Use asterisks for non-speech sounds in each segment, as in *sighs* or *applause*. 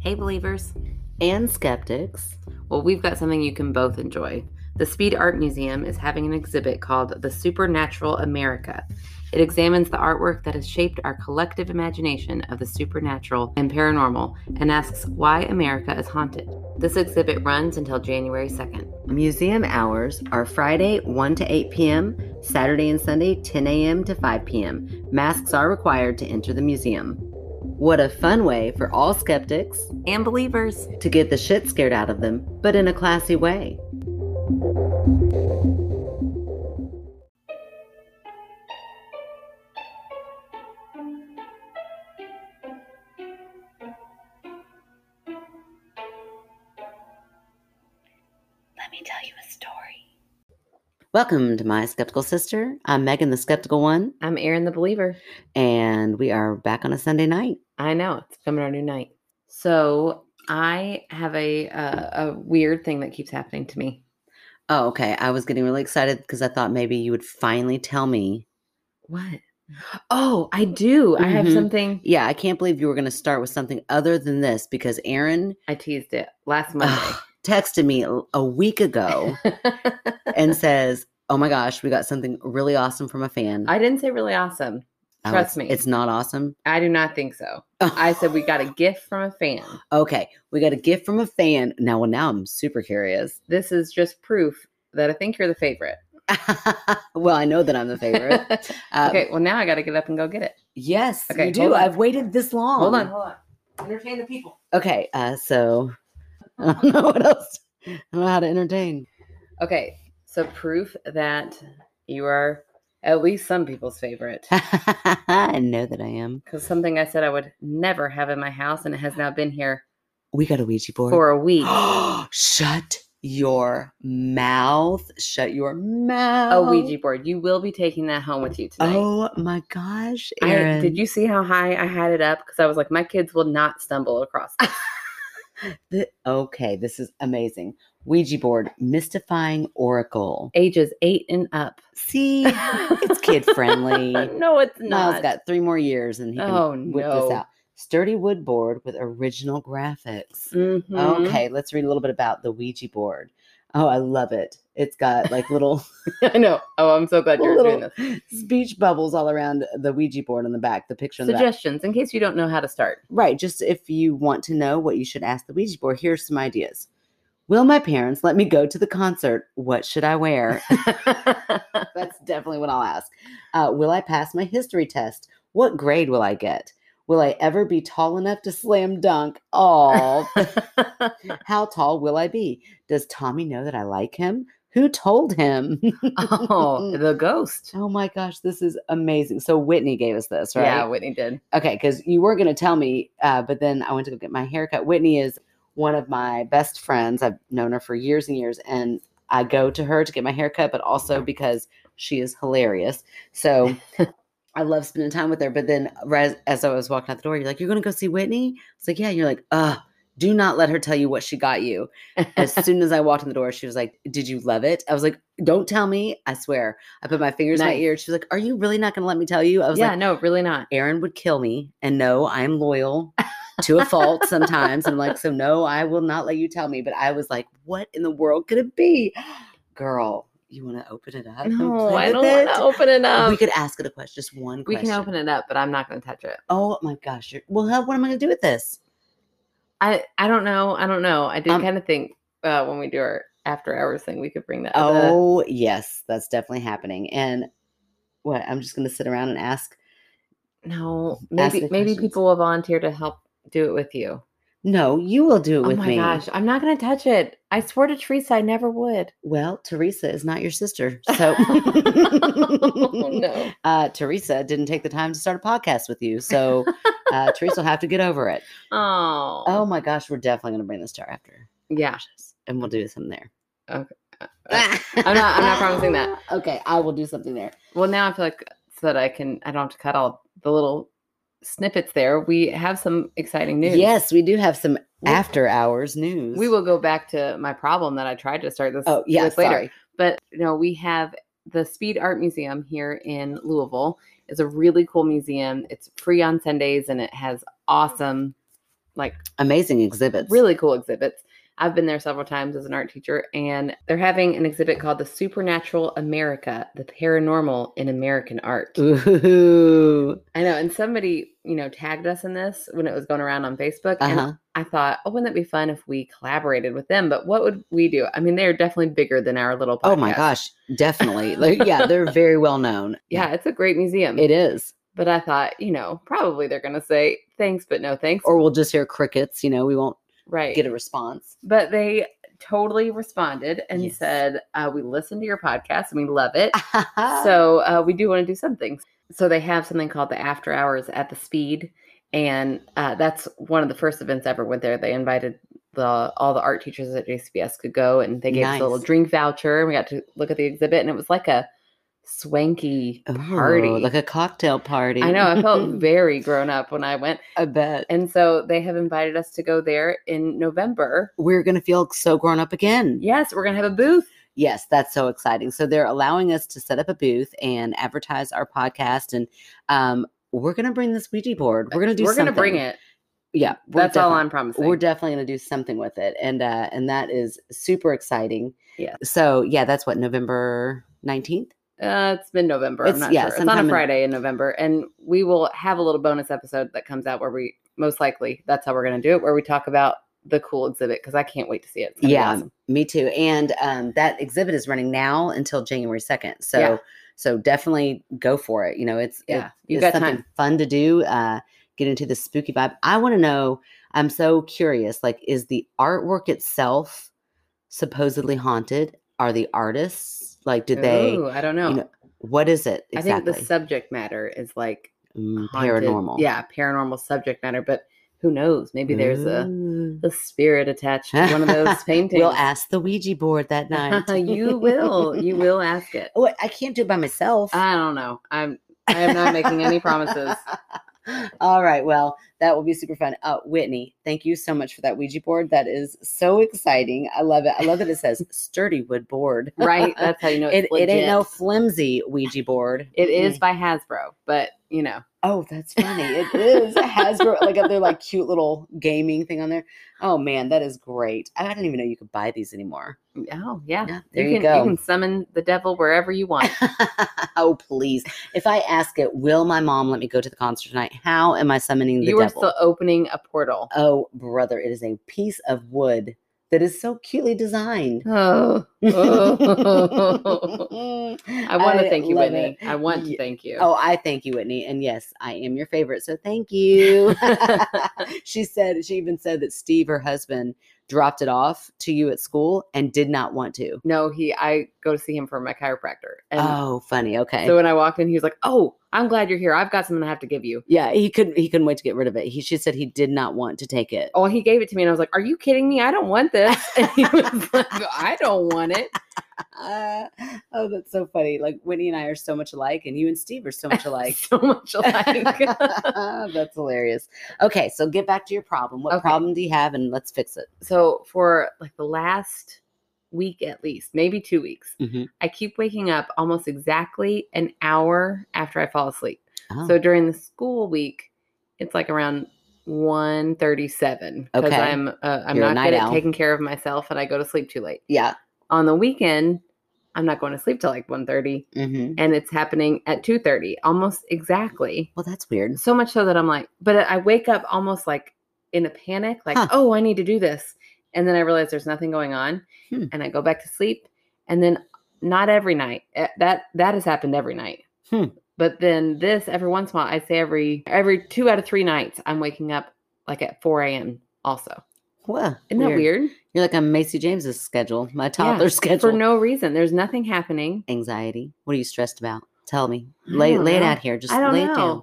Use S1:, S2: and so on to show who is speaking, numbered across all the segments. S1: Hey, believers
S2: and skeptics.
S1: Well, we've got something you can both enjoy. The Speed Art Museum is having an exhibit called The Supernatural America. It examines the artwork that has shaped our collective imagination of the supernatural and paranormal and asks why America is haunted. This exhibit runs until January 2nd.
S2: Museum hours are Friday 1 to 8 p.m., Saturday and Sunday 10 a.m. to 5 p.m. Masks are required to enter the museum. What a fun way for all skeptics
S1: And believers,
S2: to get the shit scared out of them, but in a classy way.
S3: Let me tell you a story.
S2: Welcome to My Skeptical Sister. I'm Megan, the Skeptical One,
S1: I'm Aaron the Believer.
S2: and we are back on a Sunday night.
S1: I know it's coming our new night. So I have a uh, a weird thing that keeps happening to me.
S2: Oh, okay. I was getting really excited because I thought maybe you would finally tell me.
S1: What? Oh, I do. I have
S2: Mhm.
S1: something.
S2: Yeah, I can't believe you were going to start with something other than this because Aaron
S1: I teased it last Monday.
S2: texted me l- a week *laughs*
S1: Oh.
S2: ago and says, Oh my gosh, we got something really awesome from a fan.
S1: *laughs* I didn't say really awesome.
S2: Oh,
S1: trust
S2: it's-
S1: me.
S2: It's not awesome.
S1: I do not think so. I said we got a gift from a fan.
S2: *laughs* Okay, we got a gift from a fan. Now, well, now I'm super curious. *laughs*
S1: This is just proof that I think you're the *laughs* favorite.
S2: well, I know that I'm the *laughs* favorite. Uh,
S1: okay, well now I got to get up and go get it.
S2: Yes,
S1: Okay,
S2: you do.
S1: hold on.
S2: I've waited this long.
S1: Hold on, hold on. Entertain the people.
S2: Okay, uh, so *laughs* I don't know what else. I don't know how to entertain. *laughs*
S1: Okay, so proof that you are at least some people's favorite.
S2: I know that I am.
S1: because something I said I would never have in my house, and it has now been here
S2: We got a Ouija board. *gasps*
S1: for a *gasps* week. Oh,
S2: Shut your mouth. Shut your mouth.
S1: a Ouija board. You will be taking that home with you tonight.
S2: Oh my gosh,
S1: I,
S2: Aaron.
S1: did you see how high I had it up? Because I was like, my kids will not stumble across. This.
S2: *laughs* Th- okay, this is amazing. Ouija board, mystifying oracle.
S1: Ages eight and up.
S2: See, it's kid friendly.
S1: *laughs*
S2: *laughs*
S1: no, it's
S2: Niles
S1: not.
S2: got three more years and he can
S1: Oh,
S2: whip
S1: no.
S2: this out. Sturdy wood board with original graphics.
S1: Mhm.
S2: Okay, let's read a little bit about the Ouija board. Oh, I love it. It's got like little
S1: *laughs*
S2: *laughs*
S1: I know. Oh, I'm so glad you're doing
S2: little
S1: this.
S2: speech bubbles all around the Ouija board on the back, the picture on the back.
S1: Suggestions in case you don't know how to
S2: *laughs*
S1: start. *laughs*
S2: Right, just if you want to know what you should ask the Ouija board, here's some ideas. Will my parents let me go to the concert? What should I
S1: Oh,
S2: wear? That's definitely what I'll ask. Uh, will I pass my history test? What grade will I get? Will I ever be tall enough to slam dunk? Oh, how tall will I be? Does Tommy know that I like him? Who told him? *laughs* Mm.
S1: oh, the ghost.
S2: Oh my gosh, this is amazing. So Whitney gave us this, right?
S1: Yeah, Whitney did.
S2: Okay, because you were going to tell me, uh, but then I went to go get my haircut. Whitney is one of my best friends. I've known her for years and years, and I go to her to get my haircut, but also because she is hilarious. So I love spending time with her. But then, ri- as I was walking out the door, you're like, "You're going to go see Whitney?" It's like, "Yeah." And you're like, "Ugh." Do not let her tell you what she got you. As soon as I walked in the door, she was like, Did you love it? I was like, Don't tell me. I swear. I put my fingers in
S1: Nice.
S2: my ear. She was like, Are you really not going to let me tell you? I was
S1: yeah,
S2: like,
S1: no, really not.
S2: Aaron would kill me. And no, I'm loyal to a fault sometimes. I'm like, so no, I will not let you tell me. But I was like, what in the world could it be? *gasps* Girl, you want to open it up? and
S1: No,
S2: play
S1: I
S2: with
S1: don't want
S2: it?
S1: to open it up.
S2: we could ask it a question, just one
S1: We
S2: question.
S1: can open it up, but I'm not going to touch it.
S2: Oh my gosh. You're, well, how, what am I going to do with this?
S1: I I don't know. I don't know. I did
S2: Um,
S1: kind of think uh, when we do our after hours thing, we could bring that. the-
S2: Oh, yes, that's definitely happening. And what? I'm just going to sit around and ask.
S1: no,
S2: *laughs* Ask
S1: maybe
S2: the
S1: maybe
S2: questions.
S1: people will volunteer to help do it with you.
S2: No, you will do it
S1: oh
S2: with
S1: my
S2: me.
S1: gosh, I'm not going to touch it. I swear to Teresa, I never would. *laughs*
S2: Well, Teresa is not your sister. So *laughs*
S1: Oh, no.
S2: uh, Teresa didn't take the time to start a podcast with
S1: *laughs*
S2: you. So uh, Teresa will have to get over it.
S1: Oh.
S2: Oh my gosh, we're definitely going to bring this to our after.
S1: yeah.
S2: And we'll do something there. *laughs*
S1: Okay, I'm not- I'm not promising that.
S2: Okay, I will do something there.
S1: Well, now I feel like so that I can I don't have to cut all the little snippets there. We have some exciting news.
S2: Yes, we do have some
S1: We-
S2: after hours news.
S1: We will go back to my problem that I tried to start this
S2: Oh, yeah,
S1: with later.
S2: sorry.
S1: but you know we have the speed art museum here in louisville it's a really cool museum it's free on sundays and it has awesome like
S2: Amazing exhibits.
S1: really cool exhibits. I've been there several times as an art teacher, and they're having an exhibit called The Supernatural America, the Paranormal in American Art.
S2: Mm. Ooh.
S1: I know, and somebody, you know, tagged us in this when it was going around on Facebook.
S2: Uh
S1: And
S2: huh.
S1: I thought, oh, wouldn't that be fun if we collaborated with them? But what would we do? I mean, they are definitely bigger than our little podcast.
S2: Oh my gosh.
S1: *laughs*
S2: Definitely. Like, yeah, they're very well known.
S1: Yeah, it's a great museum.
S2: It is.
S1: but I thought, you know, probably they're going to say thanks, but no thanks.
S2: Or we'll just hear crickets. You know, we won't
S1: right.
S2: get a response. *laughs*
S1: but they totally responded and
S2: Yes.
S1: said, uh, we listen to your podcast and we love it.
S2: Ah.
S1: so uh, we do want to do something. So they have something called the After Hours at the Speed, and uh, that's one of the first events I ever went there. They invited the all the art teachers at JCBS could go, and they gave us a little
S2: Nice.
S1: drink voucher, and we got to look at the exhibit, and it was like a swanky
S2: Ooh,
S1: party.
S2: Oh, like a cocktail party.
S1: I know I
S2: *laughs*
S1: felt very grown up when I went,
S2: I bet.
S1: and so they have invited us to go there in November.
S2: We're going to feel so grown up again.
S1: Yes, we're gonna have a booth.
S2: Yes, that's so exciting. So they're allowing us to set up a booth and advertise our podcast, and um, we're gonna bring this Ouija board. We're gonna do.
S1: We're gonna bring
S2: something.
S1: it.
S2: Yeah, we're
S1: That's all
S2: defi-
S1: I'm promising.
S2: We're definitely gonna do something with it, and uh, and that is super exciting.
S1: Yes.
S2: So yeah, that's what November nineteenth.
S1: Uh, it's mid November. I'm
S2: It's-
S1: not
S2: yeah,
S1: sure. It's on
S2: sometime
S1: a
S2: in-
S1: Friday in November, and we will have a little bonus episode that comes out where we most likely that's how we're going to do it, where we talk about the cool exhibit because I can't wait to see it. It's gonna be
S2: Yeah,
S1: awesome.
S2: me too. And um, that exhibit is running now until January second. So
S1: Yeah.
S2: so definitely go for it. You know, it's
S1: Yeah,
S2: it-
S1: you've
S2: it's
S1: got
S2: something
S1: time.
S2: fun to do. Uh, get into the spooky vibe. I want to know. I'm so curious. Like, is the artwork itself supposedly haunted? Are the artists like? Did they?
S1: Ooh, I don't know.
S2: you know, What is it
S1: I think
S2: exactly?
S1: the subject matter is like
S2: Mm,
S1: haunted-
S2: paranormal.
S1: Yeah, paranormal subject matter, but who knows? Maybe there's a
S2: Ooh.
S1: the spirit attached to one of those paintings.
S2: Mm. *laughs* We'll ask the Ouija
S1: *laughs*
S2: board that night.
S1: you will.
S2: *laughs*
S1: You will ask it.
S2: Oh, I can't do it by myself.
S1: I don't know. I'm. I am not making any promises.
S2: *laughs* All right. Well, that will be super fun. Uh, Whitney, thank you so much for that Ouija board. That is so exciting. I love it. I love that it says *laughs* sturdy wood board.
S1: Right. That's how you
S2: *laughs*
S1: know
S2: It,
S1: it's
S2: it ain't
S1: legit.
S2: no flimsy Ouija board. Mm.
S1: It is by Hasbro, but you know,
S2: Oh, that's funny. It is. It has gro- like other like cute little gaming thing on there. Oh man, that is great. I didn't even know you could buy these anymore.
S1: oh yeah,
S2: Yeah, there
S1: you,
S2: you
S1: can
S2: go.
S1: you can summon the devil wherever you want.
S2: oh please! If I ask it, will my mom let me go to the concert tonight? How am I summoning *laughs* the
S1: you are
S2: devil?
S1: still opening a portal.
S2: Oh, brother, it is a piece of wood that is so
S1: *laughs*
S2: cutely designed.
S1: Oh,
S2: *laughs*
S1: Oh. I want to thank you,
S2: love
S1: Whitney.
S2: it.
S1: I want to
S2: Ye-
S1: thank you.
S2: Oh, I thank you, Whitney. And yes, I am your favorite. So thank you. *laughs* she said, she even said that Steve, her husband, dropped it off to you at school and did not want to.
S1: no, he. I go to see him for my chiropractor, and
S2: oh, funny. Okay.
S1: so when I walked in, he was like, "Oh, I'm glad you're here. I've got something I have to give you."
S2: yeah, he couldn't he couldn't wait to get rid of it. He she said he did not want to take it.
S1: Oh, he gave it to me, and I was like, "Are you kidding me? I don't want
S2: *laughs*
S1: this." And he was like, "I don't want it."
S2: Uh, *laughs* oh, that's so funny. Like Whitney and I are so much alike and you and Steve are so much alike.
S1: so
S2: *laughs*
S1: much alike.
S2: That's hilarious. Okay, so get back to your problem. What
S1: Okay.
S2: problem do you have, and let's fix it.
S1: *laughs* so for like the last week at least, maybe two weeks, I keep waking up almost exactly an hour after I fall asleep.
S2: Oh,
S1: So during the school week, it's like around 137 because
S2: Okay.
S1: I'm uh, I'm
S2: You're
S1: not
S2: a
S1: good
S2: night
S1: at
S2: owl.
S1: taking care of myself and I go to sleep too late.
S2: yeah.
S1: On the weekend, I'm not going to sleep till like 1:30
S2: hmm
S1: and it's happening at 2:30 almost exactly.
S2: Well, that's weird.
S1: so much so that I'm like, but I wake up almost like in a panic, like,
S2: Huh.
S1: oh, I need to do this. And then I realize there's nothing going on
S2: Hmm.
S1: and I go back to sleep. And then not every night. eh, That that has happened every night.
S2: Hmm.
S1: But then this every once in a while, I say every every two out of three nights, I'm waking up like at 4 a.m. also.
S2: Well,
S1: Isn't that weird?
S2: You're like on Macy James's schedule, my toddler schedule.
S1: For no reason. There's nothing happening.
S2: anxiety. What are you stressed about? Tell me.
S1: I
S2: Lay
S1: don't
S2: lay it
S1: know.
S2: out here. Just
S1: I don't
S2: lay
S1: know.
S2: it down.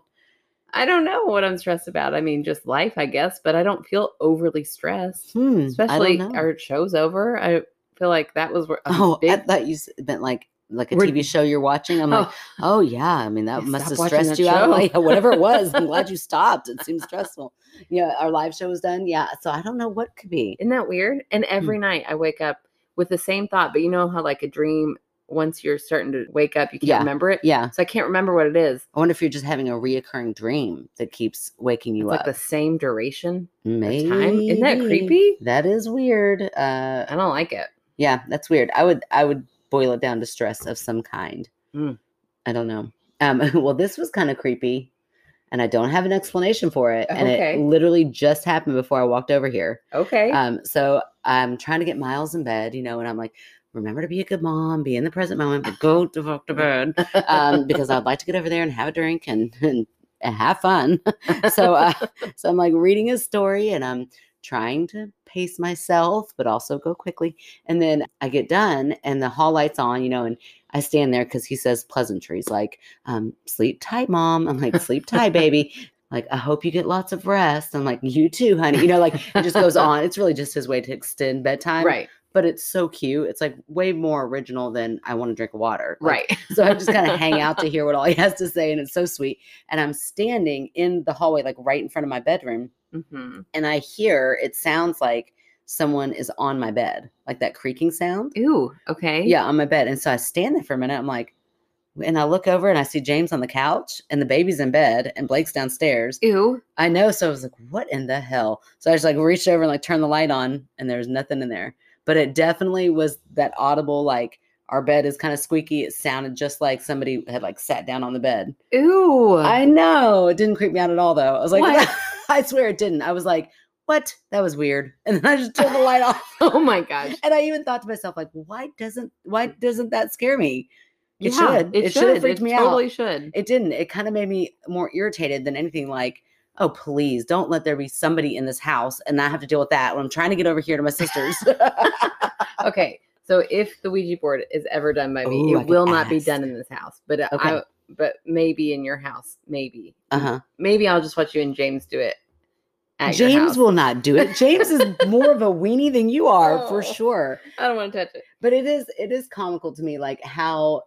S1: I don't know what I'm stressed about. I mean, just life, I guess, but I don't feel overly stressed.
S2: Hmm, I
S1: especially
S2: don't know.
S1: our show's over. I feel like that was where- a
S2: oh,
S1: big.
S2: I thought you s- meant like like a
S1: We're-
S2: TV show you're watching. I'm like,
S1: oh,
S2: oh yeah. I mean, that
S1: Yeah,
S2: must
S1: stop
S2: have
S1: watching
S2: stressed
S1: that
S2: you out.
S1: show.
S2: Like, *laughs* whatever it was, I'm
S1: *laughs*
S2: glad you stopped. It seems stressful. Yeah, our live show was done. Yeah, so I don't know what could be. Hmm.
S1: isn't that weird? And every night I wake up with the same thought, but you know how like a dream once you're starting to wake up, you can't
S2: Yeah.
S1: remember it.
S2: Yeah.
S1: So I can't remember what it is.
S2: I wonder if you're just having a reoccurring dream that keeps waking
S1: It's
S2: you
S1: like
S2: up.
S1: the same duration.
S2: Maybe.
S1: time? Isn't that creepy?
S2: That is weird. Uh,
S1: I don't like it.
S2: yeah, that's weird. I would I would boil it down to stress of some kind.
S1: Mm.
S2: I don't know. Um, *laughs* well, this was kind of creepy, and I don't have an explanation for it. And
S1: Okay.
S2: it literally just happened before I walked over here.
S1: Okay.
S2: Um, so I'm trying to get Miles in bed, you know, and I'm like, remember to be a good mom, be in the present moment, but go to fuck to *laughs* bed um, because I'd like to get over there and have a drink and and, and have fun. *laughs* so uh, so I'm like reading a story and I'm trying to pace myself, but also go quickly. And then I get done and the hall lights on, you know, and I stand there because he says pleasantries like um, "sleep tight, mom." I'm like "sleep tight, baby." Like I hope you get lots of rest. I'm like you too, honey. You know, like it just goes on. It's really just his way to extend bedtime,
S1: right.
S2: But it's so cute. It's like way more original than I want to drink water. Like,
S1: Right.
S2: so I just kind of hang out to hear what all he has to say, and it's so sweet. And I'm standing in the hallway, like right in front of my bedroom,
S1: hmm
S2: and I hear it sounds like someone is on my bed, like that creaking sound.
S1: Ooh. Okay.
S2: Yeah, on my bed. And so I stand there for a minute. I'm like, and I look over and I see James on the couch, and the baby's in bed, and Blake's downstairs.
S1: Ew.
S2: I know. So I was like, what in the hell? So I just like reached over and like turned the light on, and there was nothing in there. But it definitely was that audible, like, our bed is kind of squeaky. It sounded just like somebody had like sat down on the bed.
S1: Ew.
S2: I know. It didn't creep me out at all, though. I was like,
S1: What?
S2: *laughs* I swear it didn't. I was like, what? That was weird. *laughs* And then I just turned the light off.
S1: oh my gosh.
S2: And I even thought to myself, like, why doesn't why doesn't that scare me? *laughs* It should.
S1: It,
S2: It should
S1: should.
S2: have freaked
S1: it
S2: me out.
S1: totally should.
S2: It didn't. It kind of made me more irritated than anything. Like, oh, please don't let there be somebody in this house and I have to deal with that when I'm trying to get over here to my *laughs* sister's.
S1: *laughs* okay. So if the Ouija board is ever done by me,
S2: Ooh, I
S1: it
S2: could
S1: will not be
S2: ask.
S1: done in this house. But uh,
S2: Okay.
S1: I, but maybe in your house, maybe.
S2: uh huh.
S1: Maybe I'll just watch you and James do it. At your
S2: James
S1: house.
S2: will not do it. James is more of a weenie than you are
S1: Oh.
S2: for sure.
S1: I don't want to touch it.
S2: But it is it is comical to me, like how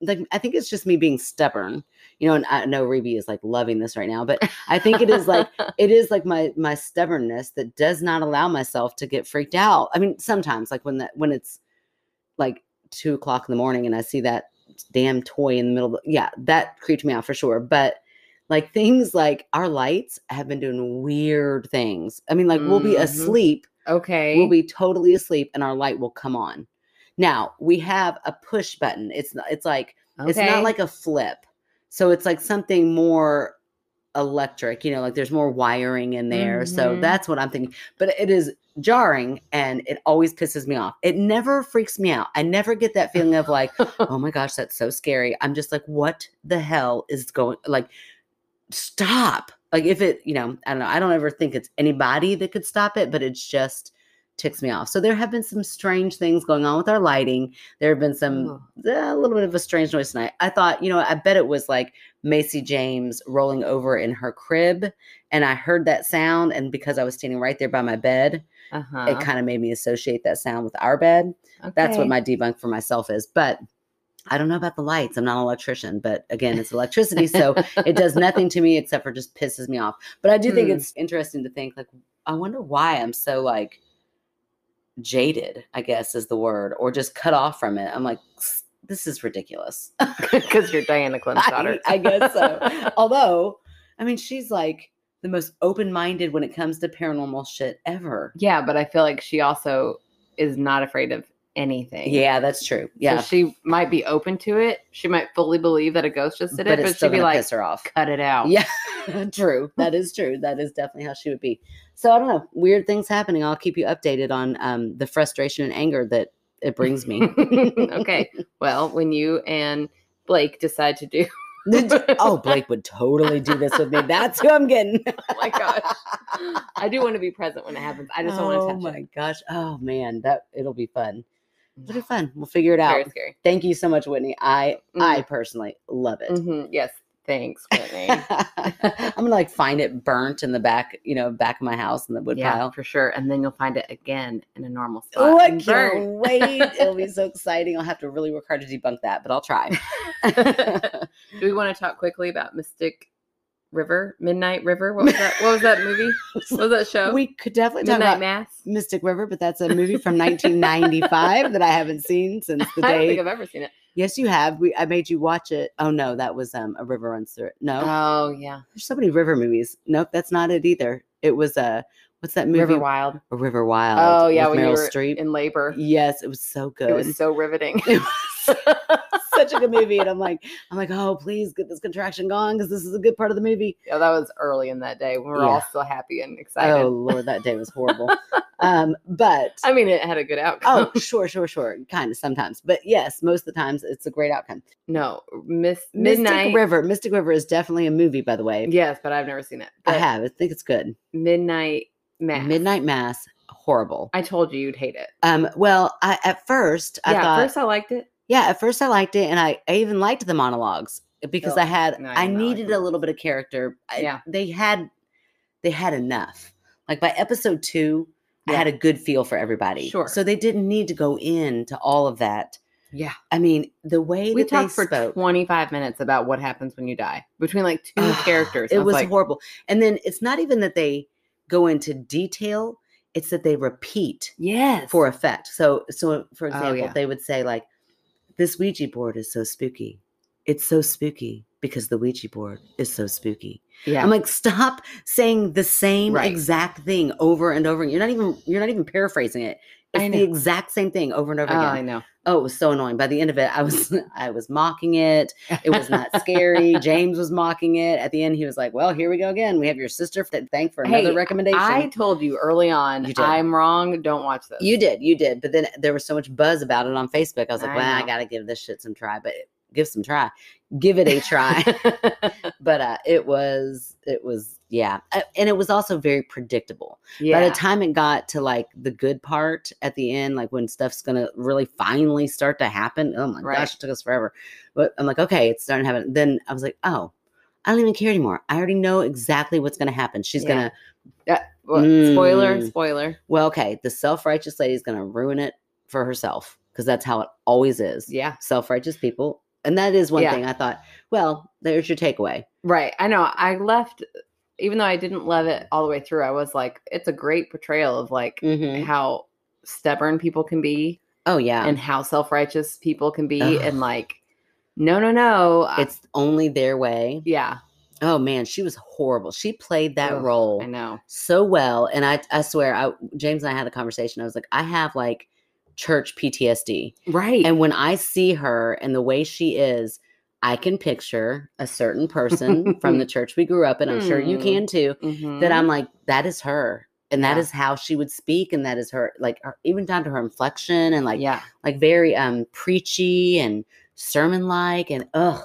S2: like I think it's just me being stubborn, you know. And I know Reby is like loving this right now, but I think it *laughs* is like it is like my my stubbornness that does not allow myself to get freaked out. I mean, sometimes like when that when it's like two o'clock in the morning and I see that damn toy in the middle. Of the, yeah, that creeped me out for sure. But like things like our lights have been doing weird things. I mean, like we'll be
S1: Mhm.
S2: asleep,
S1: *laughs* okay.
S2: we'll be totally asleep, and our light will come on. Now we have a push button. It's not. It's like it's
S1: Okay.
S2: not like a flip. So it's like something more electric, you know, like there's more wiring in there. So
S1: Mhm.
S2: that's what I'm thinking. But it is jarring and it always pisses me off. It never freaks me out. I never get that feeling
S1: *laughs*
S2: of like, oh my gosh, that's so scary. I'm just like, what the hell is going like stop. Like if it, you know, I don't know. I don't ever think it's anybody that could stop it, but it's just ticks me off. So there have been some strange things going on with our lighting. There have been some
S1: Oh.
S2: eh, a little bit of a strange noise tonight. I thought, you know, I bet it was like Macy James rolling over in her crib. And I heard that sound. And because I was standing right there by my bed,
S1: Uh-huh.
S2: it kind of made me associate that sound with our bed. That's what
S1: Okay. *laughs*
S2: my debunk for myself is. But I don't know about the lights. I'm not an electrician, but again, it's electricity. So
S1: *laughs*
S2: it does nothing to me except for just pisses me off. But I do think
S1: Hmm.
S2: it's interesting to think like I wonder why I'm so like jaded, I guess is the word, or just cut off from it. I'm like "S- this is ridiculous.
S1: because you're Diana Clem's daughter.
S2: *laughs* I, I guess so. Although, I mean, she's like the most open-minded when it comes to paranormal shit ever.
S1: *laughs* yeah, but I feel like she also is not afraid of anything.
S2: Yeah, that's true. Yeah.
S1: So she might be open to it. She might fully believe that a ghost just did
S2: but
S1: it,
S2: it's
S1: but
S2: still
S1: she'd
S2: gonna
S1: be like,
S2: piss her off.
S1: cut it out.
S2: Yeah, *laughs* true. That is true. That is definitely how she would be. So I don't know. Weird things happening. I'll keep you updated on um, the frustration and anger that it brings *laughs* me.
S1: *laughs* okay. Well, when you and Blake decide to do.
S2: *laughs*
S1: *laughs*
S2: oh, Blake would totally do this with me. That's who I'm getting. *laughs*
S1: Oh my gosh. I do want to be present when it happens. I just don't want to
S2: oh
S1: touch
S2: my
S1: it.
S2: gosh. Oh man, that it'll be fun. It'll be
S1: Mm-hmm. It's
S2: fun. We'll figure it out.
S1: Very scary.
S2: Thank you so much, Whitney. I I personally love it.
S1: Mhm. Yes. Thanks, Whitney.
S2: *laughs* I'm gonna like find it burnt in the back, you know, back of my house in the *laughs* wood
S1: yeah,
S2: pile.
S1: for sure. And then you'll find it again in a normal spot.
S2: Oh, I
S1: and
S2: can't
S1: burn. *laughs*
S2: wait. It'll be so exciting. I'll have to really work *laughs* hard to debunk that, but I'll try.
S1: Do we want to talk quickly about mystic River, Midnight River. What was that? What was that
S2: *laughs*
S1: movie? What was that show?
S2: We could definitely talk
S1: Midnight
S2: about
S1: Mass.
S2: Mystic River, but that's a movie from 1995 that I haven't seen since
S1: *laughs*
S2: the
S1: I don't
S2: day.
S1: think I've ever seen it.
S2: yes, you have. We I made you watch it. Oh no, that was um a river runs through it. No,
S1: Oh yeah,
S2: there's so many river movies. Nope, that's not it either. It was uh, what's that movie?
S1: River Wild.
S2: A River Wild.
S1: Oh yeah,
S2: with
S1: when you
S2: Meryl
S1: were
S2: Streep.
S1: in labor,
S2: yes, it was so good.
S1: it was so riveting. *laughs*
S2: It was *laughs* such a good movie, and I'm like, I'm like, oh please get this contraction gone because this is a good part of the movie.
S1: Yeah, that was early in that day when we were all
S2: Yeah.
S1: still happy and excited.
S2: Oh lord, that day was horrible. um, but
S1: I mean, it had a good outcome. *laughs*
S2: oh sure, sure, sure, kind of sometimes, but yes, most of the times it's a great outcome.
S1: No, Miss
S2: Mystic
S1: Midnight.
S2: River. Mystic River is definitely a movie, by the way.
S1: Yes, but I've never seen it.
S2: I
S1: But
S2: have. I think it's good.
S1: Midnight Mass.
S2: Midnight Mass, horrible.
S1: I told you you'd hate it.
S2: Um, well, I at first I
S1: yeah,
S2: thought,
S1: at first I liked it.
S2: yeah, at first I liked it, and I, I even liked the monologues eh, because
S1: Oh,
S2: I had
S1: no, I
S2: I
S1: did not like
S2: needed
S1: the
S2: a little bit of character. I-
S1: Yeah.
S2: they had they had enough. Like by episode two, I
S1: Yeah.
S2: had a good feel for everybody.
S1: Sure.
S2: So they didn't need to go into all of that.
S1: Yeah,
S2: I mean, the way
S1: we
S2: that they
S1: talked for
S2: spoke.
S1: 25 minutes about what happens when you die between like two
S2: Ugh,
S1: characters. I
S2: ah, It was
S1: like,
S2: horrible. And then it's not even that they go into detail; it's that they repeat
S1: yes,
S2: for effect. So, so for
S1: Oh,
S2: example,
S1: yeah.
S2: they would say like, "This Ouija board is so spooky. It's so spooky because the Ouija board is so spooky."
S1: yeah.
S2: I'm like, stop saying the same
S1: Right.
S2: exact thing over and over. You're not even you're not even paraphrasing it.
S1: I
S2: It's
S1: know.
S2: the exact same thing over and over
S1: oh, I
S2: again.
S1: know.
S2: Oh, it was so annoying. By the end of it, I was *laughs* I was mocking it. It
S1: *laughs*
S2: was not scary. James was mocking it. At the end, he was like, "Well, here we go again. We have your sister to thank for another
S1: Hey,
S2: recommendation."
S1: I told you early on.
S2: You did.
S1: I'm wrong. Don't watch this.
S2: you did, you did. But then there was so much buzz about it on Facebook. I was like,
S1: I
S2: "Well, I
S1: know.
S2: got to give this shit some try." But give some try, give it a
S1: *laughs*
S2: try. *laughs* but uh, it was, it was, yeah, Uh, and it was also very predictable.
S1: yeah.
S2: By the time it got to like the good part at the end, like when stuff's gonna really finally start to happen, oh my
S1: Right.
S2: gosh, it took us forever. But I'm like, okay, it's starting to happen. Then I was like, oh, I don't even care anymore. I already know exactly what's gonna happen. She's
S1: Yeah.
S2: gonna,
S1: Yeah, well, Spoiler,
S2: Mm.
S1: spoiler.
S2: well, okay, the self righteous lady's gonna ruin it for herself because that's how it always is.
S1: Yeah.
S2: Self righteous people. And that is one
S1: Yeah.
S2: thing I thought, well, there's your takeaway.
S1: Right. I know. I left, even though I didn't love it all the way through, I was like, it's a great portrayal of like
S2: Mm-hmm.
S1: how stubborn people can be
S2: Oh, yeah.
S1: and how self righteous people can be.
S2: Ugh.
S1: And like, no, no, no. I-
S2: it's only their way.
S1: yeah.
S2: Oh, man, she was horrible. She played that
S1: Ugh,
S2: role.
S1: I know.
S2: so well and i i swear i james and i had a conversation i was like i have like church ptsd
S1: Right.
S2: and when i see her and the way she is i can picture a certain person
S1: *laughs*
S2: from the church we grew up in i'm sure you
S1: Hmm.
S2: can too that
S1: Mhm.
S2: i'm like that is her and that
S1: Yeah.
S2: is how she would speak and that is her like her, even down to her inflection and like
S1: yeah.
S2: like very um preachy and sermon like and ugh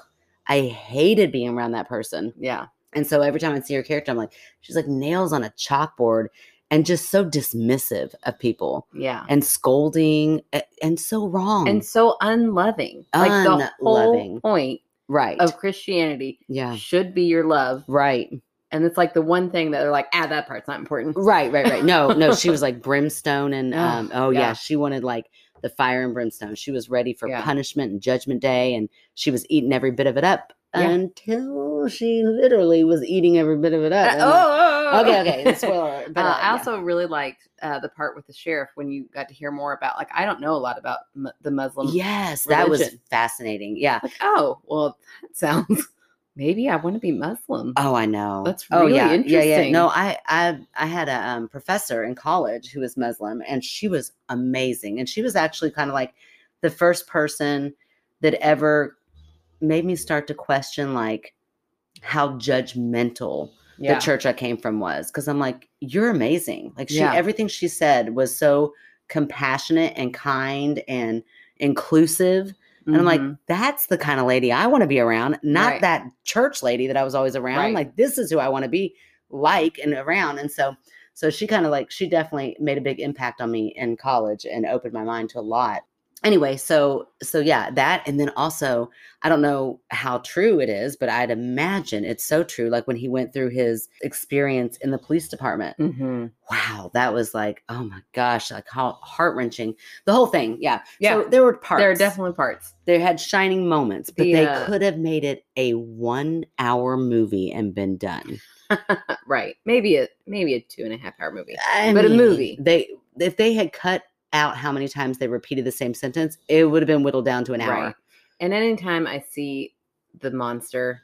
S2: i hated being around that person
S1: Yeah.
S2: and so every time I see her character, I'm like, she's like nails on a chalkboard and just so dismissive of people
S1: Yeah.
S2: and scolding a- and so wrong.
S1: And so unloving. Like the whole
S2: Unloving.
S1: point
S2: right.
S1: of Christianity
S2: yeah.
S1: should be your love.
S2: Right.
S1: And it's like the one thing that they're like, ah, that part's not important.
S2: Right. Right. Right. No, no, she
S1: *laughs*
S2: was like brimstone and,
S1: Ugh,
S2: um, oh, yeah.
S1: yeah.
S2: she wanted like the fire and brimstone. She was ready for
S1: Yeah.
S2: punishment and judgment day and she was eating every bit of it up
S1: Yeah.
S2: until she literally was eating every bit of it up.
S1: Uh,
S2: *laughs* And I'm like,
S1: oh,
S2: Okay. Okay. Spoiler.
S1: *laughs*
S2: But,
S1: Uh,
S2: uh,
S1: I
S2: yeah.
S1: also really liked uh, the part with the sheriff when you got to hear more about like I don't know a lot about m- the Muslim.
S2: Yes, that was
S1: religion.
S2: fascinating. Yeah.
S1: Like oh well, that sounds *laughs* maybe I want to be Muslim.
S2: Oh, I know.
S1: That's
S2: oh,
S1: really
S2: yeah, Yeah, yeah.
S1: interesting.
S2: No, I, I, I had a um, professor in college who was Muslim, and she was amazing. And she was actually kind of like the first person that ever made me start to question like how judgmental
S1: yeah,
S2: the church I came from was. Because I'm like, you're amazing. Like she,
S1: Yeah.
S2: everything she said was so compassionate and kind and inclusive and I'm
S1: Mhm.
S2: like, that's the kind of lady I want to be around, not
S1: Right.
S2: that church lady that I was always around.
S1: Right.
S2: Like, this is who I want to be like and around. And so, so she kind of like, she definitely made a big impact on me in college and opened my mind to a lot. anyway, so so yeah, that and then also I don't know how true it is, but I'd imagine it's so true. Like when he went through his experience in the police department,
S1: Mm-hmm.
S2: wow, that was like, oh my gosh, like how heart wrenching. The whole thing, yeah.
S1: Yeah.
S2: So there were parts.
S1: There are definitely parts.
S2: they had shining moments, but
S1: Yeah.
S2: they could have made it a one hour movie and been done.
S1: Uh, right. Maybe a maybe a two and a half hour movie.
S2: I
S1: But a
S2: mean,
S1: movie.
S2: They if they had cut out how many times they repeated the same sentence, it would have been whittled down to an hour.
S1: Right. And anytime I see the monster,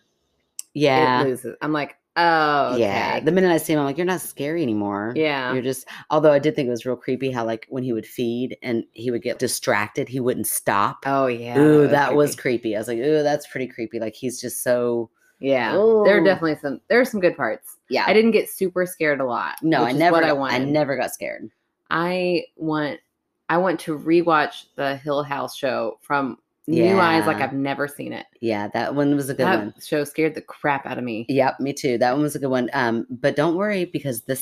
S2: Yeah.
S1: it loses. I'm like, oh okay.
S2: Yeah. The minute I see him, I'm like, you're not scary anymore.
S1: yeah.
S2: You're just, although I did think it was real creepy how, like, when he would feed and he would get distracted, he wouldn't stop.
S1: oh yeah.
S2: Ooh, that was
S1: creepy.
S2: creepy. I was like, ooh, that's pretty creepy. Like, he's just so,
S1: yeah. There are
S2: Ooh.
S1: definitely some. There are some good parts.
S2: yeah.
S1: I didn't get super scared a lot.
S2: no,
S1: which
S2: I
S1: is
S2: never,
S1: What I
S2: got-
S1: wanted.
S2: I never got scared.
S1: I want I want to rewatch the Hill House show from new eyes like
S2: Yeah.
S1: I've never seen it.
S2: Yeah. That one was a good
S1: that
S2: one.
S1: show scared the crap out of me.
S2: Yep. Me too. That one was a good one. Um, But don't worry because this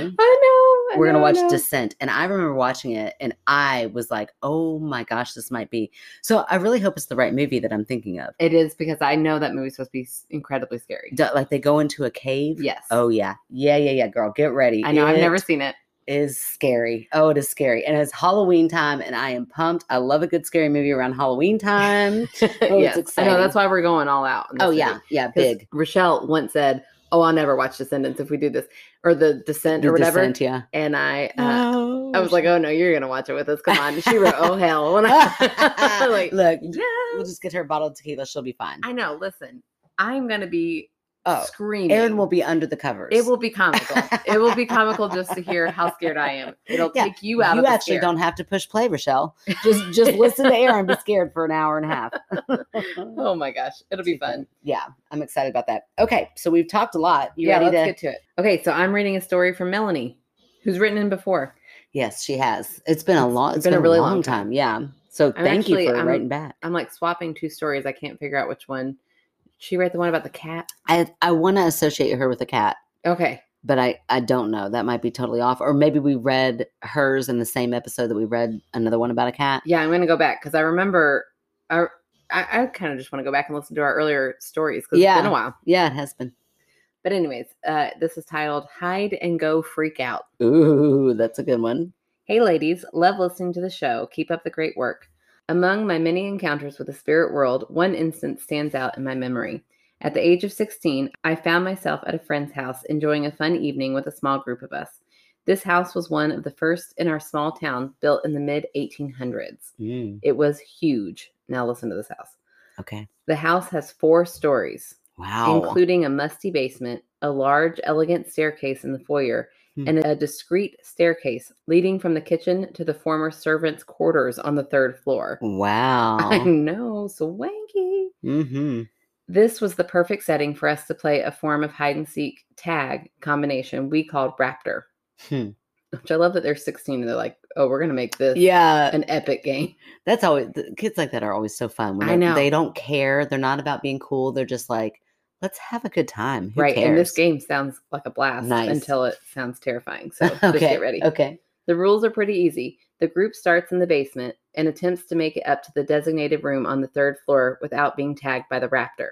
S1: *laughs* I know. I
S2: we're gonna
S1: know, I
S2: watch
S1: know.
S2: Descent, and I remember watching it, and I was like, "Oh my gosh, this might be." So I really hope it's the right movie that I'm thinking of.
S1: It is because I know that movie's supposed to be s- incredibly scary.
S2: D- like they go into a cave.
S1: Yes.
S2: Oh yeah, yeah, yeah, yeah, girl, get ready.
S1: I know. I've never
S2: It
S1: seen it. *laughs*
S2: is scary. Oh, it is scary, and it's Halloween time, and I am pumped. I love a good scary movie around
S1: *laughs*
S2: Halloween time.
S1: Oh, yes. I know. That's
S2: exciting.
S1: why we're going all out. in this
S2: oh yeah,
S1: movie.
S2: yeah,
S1: 'Cause
S2: big
S1: Rochelle once said, "Oh, I'll never watch Descendants if we do this or the Descent
S2: The
S1: or whatever."
S2: Descent, yeah.
S1: And I, uh,
S2: No.
S1: I was like, "Oh no, you're gonna watch it with us. Come on." She wrote, "Oh hell," *laughs* when I *laughs* like,
S2: *laughs* look,
S1: yeah.
S2: we'll just get her a bottle of tequila. She'll be fine.
S1: I know. Listen, I'm gonna be
S2: oh,
S1: screaming.
S2: Aaron will be under the covers.
S1: It will be comical. it will be comical just to hear how scared I am. It'll
S2: Yeah,
S1: take you out of the
S2: actually
S1: scare.
S2: don't have to push play, Rochelle.
S1: *laughs*
S2: Just just listen to Aaron be scared for an hour and a half.
S1: *laughs* Oh my gosh, it'll be fun.
S2: *laughs* Yeah, I'm excited about that. Okay, so we've talked a lot. You
S1: yeah,
S2: ready
S1: let's
S2: to?
S1: get to it. Okay, so I'm reading a story from Melanie, who's written in before.
S2: Yes, she has. It's been a long. It's been, a really long, time. Yeah. So thank
S1: actually-
S2: you for
S1: I'm-
S2: writing back.
S1: I'm like swapping two stories. I can't figure out which one. She wrote the one about the cat.
S2: I I want to associate her with a cat,
S1: Okay.
S2: but I I don't know. That might be totally off. Or maybe we read hers in the same episode that we read another one about a cat.
S1: Yeah, I'm gonna go back because I remember. I I, I kind of just want to go back and listen to our earlier stories because it's been
S2: Yeah.
S1: a while.
S2: Yeah, it has been.
S1: But anyways, uh, this is titled "Hide and Go Freak Out."
S2: Ooh, that's a good one.
S1: Hey, ladies, love listening to the show. Keep up the great work. Among my many encounters with the spirit world, one instance stands out in my memory. At the age of 16, I found myself at a friend's house enjoying a fun evening with a small group of us. This house was one of the first in our small town built in the mid 1800s.
S2: Mm,
S1: It was huge. Now, listen to this house.
S2: okay.
S1: The house has four stories,
S2: Wow.
S1: including a musty basement, a large, elegant staircase in the foyer,
S2: Hmm.
S1: and a discreet staircase leading from the kitchen to the former servants' quarters on the third floor. *laughs* I
S2: wow.
S1: know, swanky.
S2: Mm-hmm.
S1: This was the perfect setting for us to play a form of hide and seek tag combination we called Raptor,
S2: Hmm.
S1: which I love that they're 16 and they're like, oh, we're going to make this
S2: Yeah,
S1: an epic game.
S2: That's always the kids like that are always so fun. When
S1: I
S2: they're-
S1: know.
S2: they don't care. They're not about being cool. They're just like, let's have a good time. Who
S1: right.
S2: Cares?
S1: And this game sounds like a blast
S2: Nice.
S1: until it sounds terrifying.
S2: *laughs*
S1: So
S2: okay.
S1: just get ready.
S2: Okay.
S1: The rules are pretty easy. The group starts in the basement and attempts to make it up to the designated room on the third floor without being tagged by the raptor.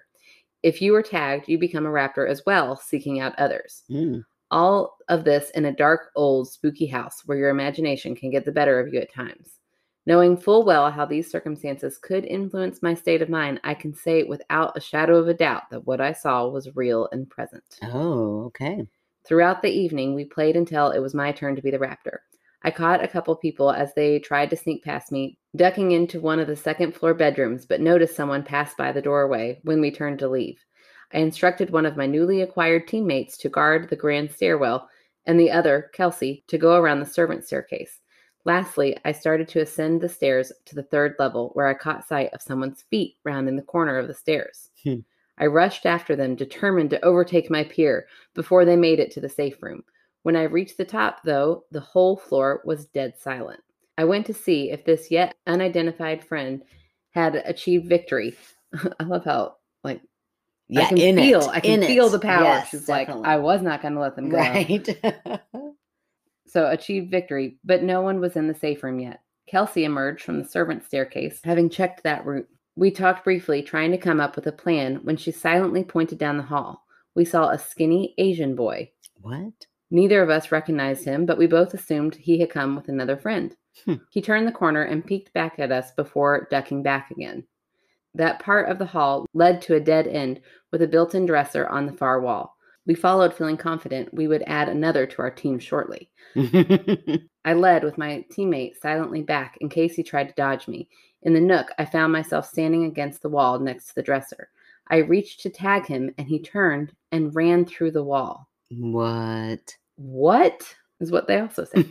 S1: If you are tagged, you become a raptor as well, seeking out others.
S2: Mm.
S1: All of this in a dark, old, spooky house where your imagination can get the better of you at times. Knowing full well how these circumstances could influence my state of mind, I can say without a shadow of a doubt that what I saw was real and present.
S2: Oh, okay.
S1: Throughout the evening, we played until it was my turn to be the raptor. I caught a couple people as they tried to sneak past me, ducking into one of the second floor bedrooms, but noticed someone pass by the doorway when we turned to leave. I instructed one of my newly acquired teammates to guard the grand stairwell and the other, Kelsey, to go around the servant staircase. Lastly, I started to ascend the stairs to the third level where I caught sight of someone's feet rounding the corner of the stairs.
S2: Hmm.
S1: I rushed after them, determined to overtake my peer, before they made it to the safe room. When I reached the top, though, the whole floor was dead silent. I went to see if this yet unidentified friend had achieved victory. *laughs* I love how
S2: Yeah.
S1: I can
S2: in
S1: feel
S2: it.
S1: I can
S2: in
S1: feel
S2: it.
S1: the power.
S2: Yes,
S1: She's
S2: definitely.
S1: like, I was not going to let them go. *laughs*
S2: right.
S1: So achieved victory, but no one was in the safe room yet. Kelsey emerged from the servants' staircase, having checked that route. We talked briefly, trying to come up with a plan, when she silently pointed down the hall. We saw a skinny Asian boy.
S2: *laughs* What?
S1: Neither of us recognized him, but we both assumed he had come with another friend.
S2: Hmm.
S1: He turned the corner and peeked back at us before ducking back again. That part of the hall led to a dead end with a built in dresser on the far wall. We followed, feeling confident we would add another to our team shortly. *laughs* I led with my teammate silently back in case he tried to dodge me. In the nook, I found myself standing against the wall next to the dresser. I reached to tag him, and he turned and ran through the wall.
S2: what?
S1: What? Is what they also say.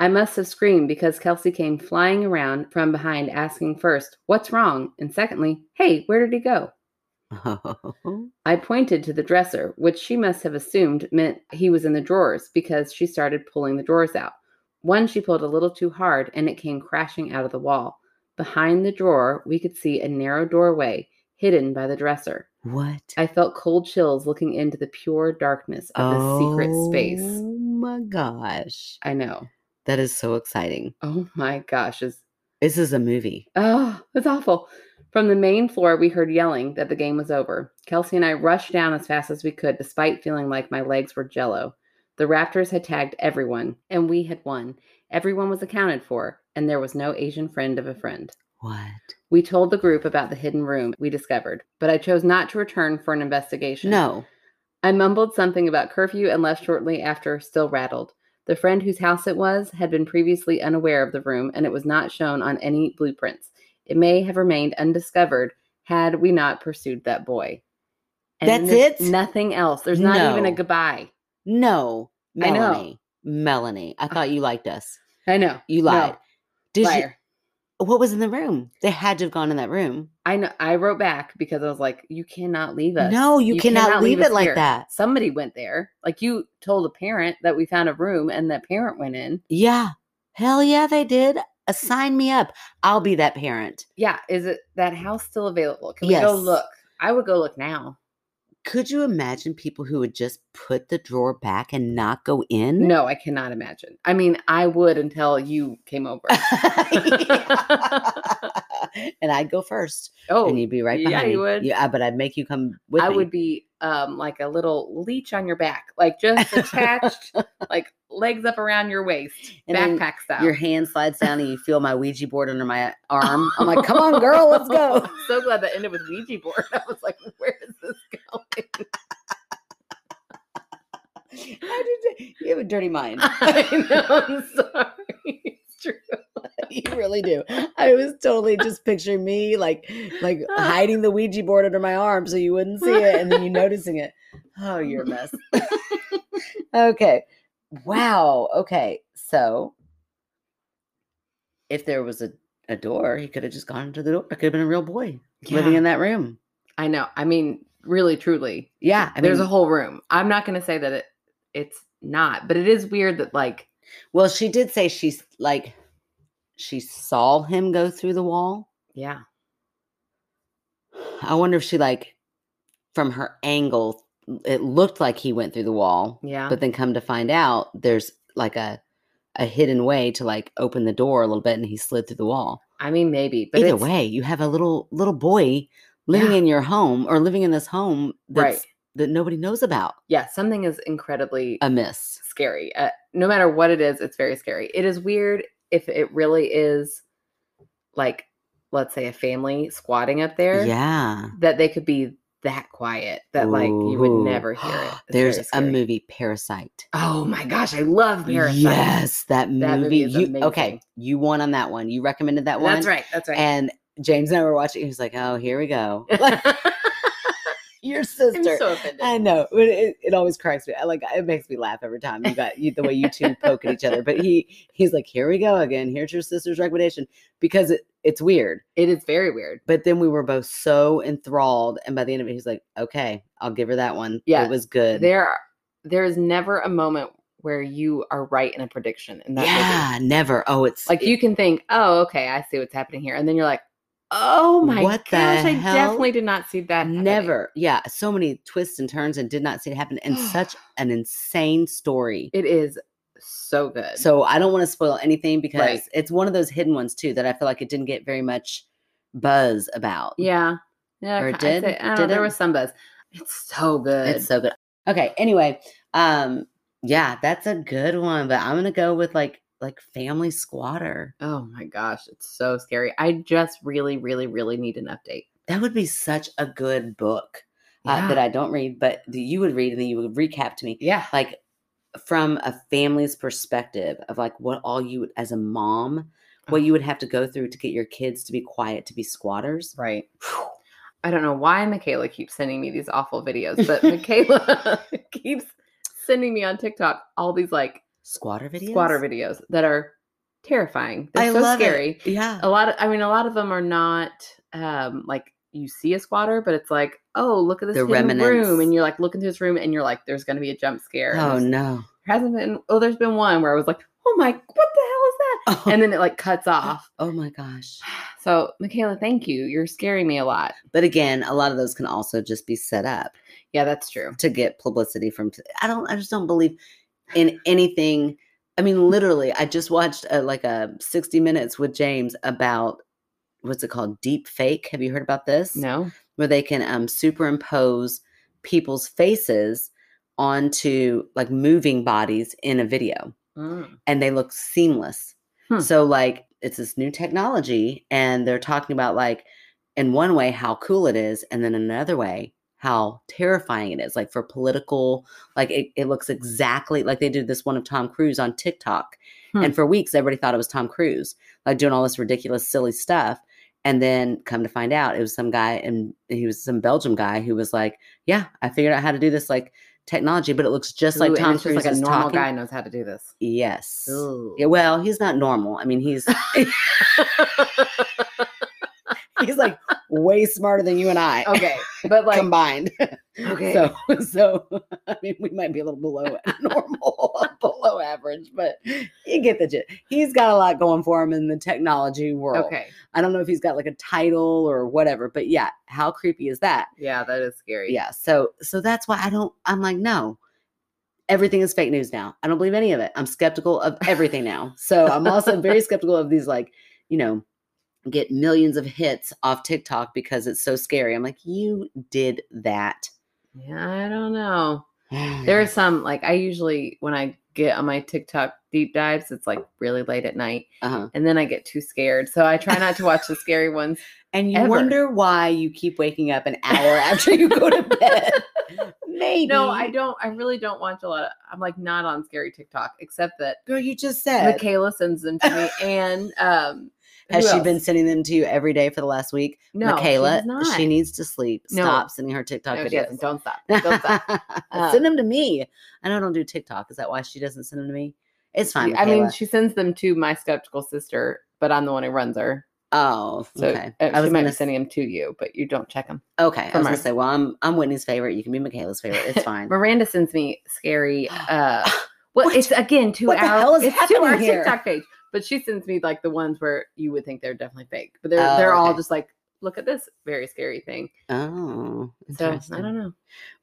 S1: I must have screamed because Kelsey came flying around from behind, asking first, What's wrong? And secondly, Hey, where did he go?
S2: *laughs* oh.
S1: I pointed to the dresser, which she must have assumed meant he was in the drawers because she started pulling the drawers out. One she pulled a little too hard and it came crashing out of the wall. Behind the drawer, we could see a narrow doorway hidden by the dresser.
S2: What?
S1: I felt cold chills looking into the pure darkness of this secret space.
S2: Oh my gosh.
S1: I know.
S2: That is so exciting.
S1: Oh my gosh, is
S2: This is a movie.
S1: Oh, that's awful. From the main floor, we heard yelling that the game was over. Kelsey and I rushed down as fast as we could, despite feeling like my legs were jello. The Raptors had tagged everyone, and we had won. Everyone was accounted for, and there was no Asian friend of a friend.
S2: What?
S1: We told the group about the hidden room we discovered, but I chose not to return for an investigation.
S2: No.
S1: I mumbled something about curfew and left shortly after, still rattled. The friend whose house it was had been previously unaware of the room, and it was not shown on any blueprints. It may have remained undiscovered had we not pursued that boy. then
S2: That's
S1: there's
S2: it?
S1: Nothing else. There's not even a
S2: No.
S1: goodbye.
S2: No.
S1: I know.
S2: Melanie. Melanie. I thought you liked us.
S1: I know.
S2: You
S1: No.
S2: lied. Did
S1: Liar.
S2: you what was in the room? They had to have gone in that room.
S1: I know. I wrote back because I was like, "You cannot leave us.
S2: No, you cannot leave it
S1: us
S2: like
S1: here.
S2: that.
S1: Somebody went there. Like you told a parent that we found a room, and that parent went in.
S2: Yeah. Hell yeah, they did. Uh, Sign me up. I'll be that parent.
S1: Yeah, is it that house still available? Can we go
S2: Yes.
S1: look? I would go look now.
S2: Could you imagine people who would just put the drawer back and not go in? *laughs*
S1: No, I cannot imagine. I mean, I would until you came
S2: *laughs*
S1: over.
S2: and I'd go first,
S1: Oh,
S2: and you'd be right
S1: yeah,
S2: behind
S1: you
S2: me.
S1: would.
S2: Yeah, but I'd make you come with
S1: I
S2: me.
S1: would be um like a little leech on your back, like just
S2: *laughs*
S1: attached, like legs up around your waist,
S2: And then
S1: backpack style.
S2: Your *laughs* hand slides down, and you feel my Ouija board
S1: *laughs*
S2: under my
S1: Oh.
S2: arm. I'm like, "Come on, girl, let's go."
S1: I'm *laughs* so glad that ended with Ouija board. *laughs* I was like, where is this going? *laughs*
S2: How did you, you have a
S1: *laughs*
S2: dirty mind? *laughs*
S1: I know. I'm sorry. *laughs* It's true.
S2: you really do. I was totally just picturing me like, like hiding the Ouija board under my arm so you wouldn't see it, and
S1: *laughs*
S2: then you noticing it. Oh, you're a mess. okay. Wow. Okay. So, if there was a, a door, he could have just gone into the door. It could have been a real boy living
S1: Yeah.
S2: in that room.
S1: I know. I mean, really, truly,
S2: Yeah. I
S1: there's a
S2: mean,
S1: whole room. I'm not going to say that it it's not, but it is weird that like
S2: well, she did say she's like, she saw him go through the wall.
S1: yeah,
S2: I wonder if she like from her angle it looked like he went through the wall,
S1: yeah,
S2: but then come to find out there's like a a hidden way to like open the door a little bit and he slid through the wall.
S1: I mean maybe. But
S2: Either
S1: it's-
S2: way, you have a little little boy living
S1: Yeah.
S2: in your home or living in this home that's
S1: right?
S2: that nobody knows about
S1: Yeah, something is incredibly
S2: Um, amiss.
S1: scary. Uh, no matter what it is, it's very scary. It is weird if it really is like let's say a family squatting up there
S2: Yeah.
S1: that they could be that quiet that like you would
S2: Ooh.
S1: never hear
S2: *gasps*
S1: it. It's very
S2: There's a
S1: scary.
S2: movie Parasite.
S1: Oh my gosh, I love Parasite.
S2: Yes, that movie.
S1: That movie is
S2: you, okay,
S1: amazing.
S2: you won on that one. You recommended that one.
S1: That's right. That's right. *laughs*
S2: And James and I were watching. He was like, "Oh, here we go." your
S1: I'm
S2: sister.
S1: so offended.
S2: I know, but it, it always cracks me. I Like it makes me laugh every time you got you, the way you two poke at each other. But he he's like, "Here we go again. Here's your sister's recommendation," because it, it's weird.
S1: It is very weird.
S2: But then we were both so enthralled, and by the end of it, he's like, "Okay, I'll give her that one.
S1: Yeah,
S2: it was good."
S1: there are, there is never a moment where you are right in a prediction in that movie.
S2: yeah, never. Oh, it's
S1: Like you can think, oh, okay, I see what's happening here, and then you're like, oh my
S2: What the
S1: gosh, I
S2: hell?
S1: definitely did not see that. happening." *laughs*
S2: never. Yeah,
S1: *gasps*
S2: so many twists and turns, and did not see it happen. And such an insane story.
S1: It is so good.
S2: So I don't want to spoil anything because
S1: Right.
S2: it's one of those hidden ones too that I feel like it didn't get very much buzz about.
S1: yeah, yeah,
S2: Or
S1: I
S2: it
S1: ca- I'd
S2: did?
S1: say- I don't know,
S2: Did
S1: there
S2: it?
S1: was some buzz. It's so good.
S2: It's so good. Okay. Anyway, um, yeah, that's a good one, but I'm gonna go with like like family squatter.
S1: oh my gosh, it's so scary. I just really, really, really need an update.
S2: That would be such a good book uh, that
S1: Yeah.
S2: I don't read, but that you would read and then you would recap to me.
S1: yeah.
S2: like from a family's perspective of like what all you would- as a mom what you would have to go through to get your kids to be quiet to be squatters
S1: Right. I don't know why Michaela keeps sending me these awful videos,
S2: *laughs*
S1: but Michaela *laughs* keeps sending me on TikTok all these like
S2: squatter videos
S1: squatter videos that are terrifying. They're
S2: I
S1: so
S2: love it.
S1: scary.
S2: yeah
S1: A lot of, I mean, a lot of them are not um like you see a squatter, but it's like, oh, look at this
S2: The
S1: hidden room,
S2: remnants.
S1: and you're like looking through this room, and you're like, there's going to be a jump scare. and
S2: oh
S1: there's-
S2: no *laughs*
S1: There hasn't been. Oh, there's been one where I was like, oh my, what the hell is that?
S2: oh,
S1: And then it like
S2: *laughs*
S1: cuts off.
S2: oh my gosh
S1: So Michaela, thank you. You're scaring me a lot.
S2: but again a lot of those can also just be set up
S1: Yeah, that's true.
S2: to get publicity from i don't i just don't believe in anything i mean literally i just watched a, like a 60 minutes with james about what's it called deep fake have you heard about this
S1: No.
S2: where they can um, superimpose people's faces onto like moving bodies in a video
S1: Mm.
S2: and they look seamless.
S1: Hmm.
S2: So, like, it's this new technology, and they're talking about, like, in one way, how cool it is, and then another way, how terrifying it is. Like, for political, like, it, it looks exactly like they did this one of Tom Cruise on TikTok.
S1: Hmm.
S2: And for weeks, everybody thought it was Tom Cruise, like, doing all this ridiculous, silly stuff. And then come to find out, it was some guy, and he was some Belgium guy who was like, Yeah, I figured out how to do this, like, technology, but it looks just
S1: Ooh,
S2: like
S1: and
S2: Tom
S1: it's
S2: Cruise.
S1: just like a
S2: is
S1: normal
S2: talking.
S1: guy knows how to do this.
S2: Yes.
S1: Ooh.
S2: Yeah, well, he's not normal. I mean, he's *laughs* he's like way smarter than you and I *laughs*
S1: okay, but like
S2: combined.
S1: okay,
S2: So so *laughs* I mean, we might be a little below *laughs* normal, *laughs* below average, but you get the gist. He's got a lot going for him in the technology world.
S1: okay,
S2: I don't know if he's got like a title or whatever, but yeah, how creepy is that?
S1: yeah, that is scary.
S2: Yeah. So so that's why I don't I'm like, no. Everything is fake news now. I don't believe any of it. I'm skeptical of everything now. So I'm also *laughs* very skeptical of these like, you know, get millions of hits off TikTok because it's so scary. I'm like, you did that. *sighs*
S1: yeah, I don't know. There are some like I usually when I get on my TikTok deep dives, it's like really late at night,
S2: uh-huh.
S1: and then I get too scared, so I try not to watch the scary ones.
S2: And you
S1: Ever.
S2: wonder why you keep waking up an hour after you *laughs* go to *laughs* bed. Maybe.
S1: *laughs* No, I don't. I really don't watch a lot of. I'm like not on scary TikTok, except that
S2: Girl, you just said.
S1: Michaela sends them to me, and um,
S2: Has
S1: who
S2: she
S1: else?
S2: been sending them to you every day for the last week?
S1: No, she
S2: Michaela,
S1: does not.
S2: she needs to sleep.
S1: No.
S2: Stop sending her TikTok
S1: No, she
S2: videos.
S1: doesn't. Don't stop.
S2: *laughs*
S1: Don't stop. *laughs* Uh,
S2: send them to me. I know I don't do TikTok. Is that why she doesn't send them to me? It's fine.
S1: I mean,
S2: Michaela.
S1: she sends them to my skeptical sister, but I'm the one who runs her.
S2: oh,
S1: So
S2: okay.
S1: uh,
S2: I
S1: she
S2: was
S1: might
S2: gonna
S1: be
S2: s-
S1: sending them to you, but you don't check them.
S2: Okay, I
S1: from
S2: was gonna
S1: her.
S2: say, well, I'm I'm Whitney's favorite. You can be Michaela's favorite.
S1: *laughs*
S2: It's fine.
S1: Miranda sends me
S2: *gasps*
S1: scary. Uh, well,
S2: What?
S1: it's again two
S2: What the
S1: hours.
S2: hell is
S1: it's two
S2: happening
S1: hours
S2: here?
S1: TikTok page, but she sends me like the ones where you would think they're definitely fake, but they're
S2: Oh,
S1: they're all
S2: okay.
S1: just like, look at this very scary thing.
S2: oh,
S1: So
S2: interesting.
S1: I don't know.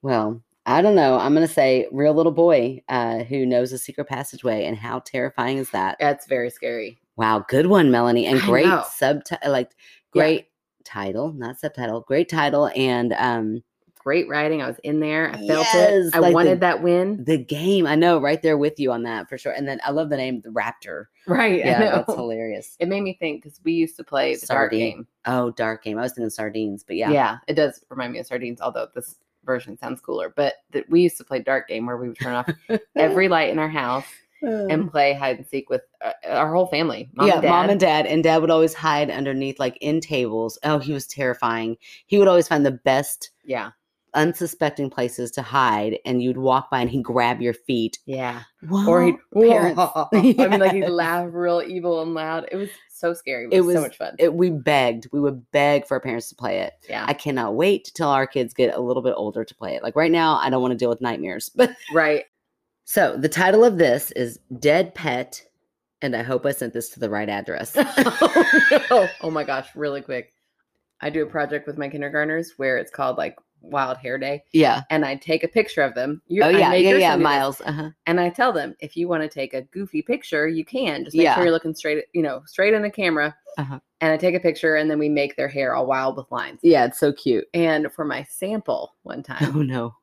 S2: Well, I don't know. I'm gonna say, real little boy uh, who knows a secret passageway, and how terrifying is that?
S1: That's very scary.
S2: Wow, good one, Melanie, and
S1: I
S2: great
S1: know.
S2: subtitle, like
S1: Yeah.
S2: great title, not subtitle, great title, and um,
S1: Great writing. I was in there. I felt
S2: Yes,
S1: it. I
S2: like the-
S1: wanted that win.
S2: the game. I know, right there with you on that for sure. And then I love the name, the Raptor.
S1: Right. I
S2: *laughs* Yeah,
S1: know.
S2: that's hilarious.
S1: It made me think because we used to play the dart
S2: Sardine.
S1: game.
S2: Oh, dark game. I was thinking sardines, but
S1: Yeah.
S2: yeah.
S1: it does remind me of sardines, although this version sounds cooler. But that we used to play dart game where we would turn
S2: *laughs*
S1: off every light in our house and play hide and seek with uh, our whole family. Mom
S2: Mm. yeah,
S1: and dad.
S2: mom and dad, and dad would always hide underneath, like in tables. Oh, he was terrifying. He would always find the best
S1: yeah,
S2: unsuspecting places to hide, and you'd walk by, and he'd grab your feet.
S1: *gasps* yeah.
S2: Wow.
S1: Or *laughs* he'd
S2: parents. *laughs*
S1: *laughs* I mean, like he'd
S2: Yes.
S1: laugh real evil and loud. It was so scary. It was,
S2: It
S1: so
S2: was-
S1: much fun.
S2: It- we begged. We would beg for our parents to play it.
S1: yeah,
S2: I cannot wait till our kids get a little bit older to play it. Like right now, I don't want to deal with nightmares, but *laughs*
S1: right.
S2: So the title of this is Dead Pet, and I hope I sent this to the right address.
S1: oh, no. oh my gosh, really quick. I do a project with my kindergartners where it's called like Wild Hair Day,
S2: *laughs* Yeah.
S1: and I take a picture of them. You're,
S2: oh
S1: I
S2: yeah.
S1: made
S2: Yeah.
S1: your
S2: Yeah.
S1: son do this.
S2: Miles. Uh huh.
S1: And I tell them, if you want to take a goofy picture, you can. Just make
S2: Yeah.
S1: sure you're looking straight, you know, straight in the camera.
S2: Uh-huh.
S1: And I take a picture, and then we make their hair all wild with lines.
S2: Yeah. It's so cute.
S1: And for my sample one
S2: Oh *laughs*
S1: time,
S2: no.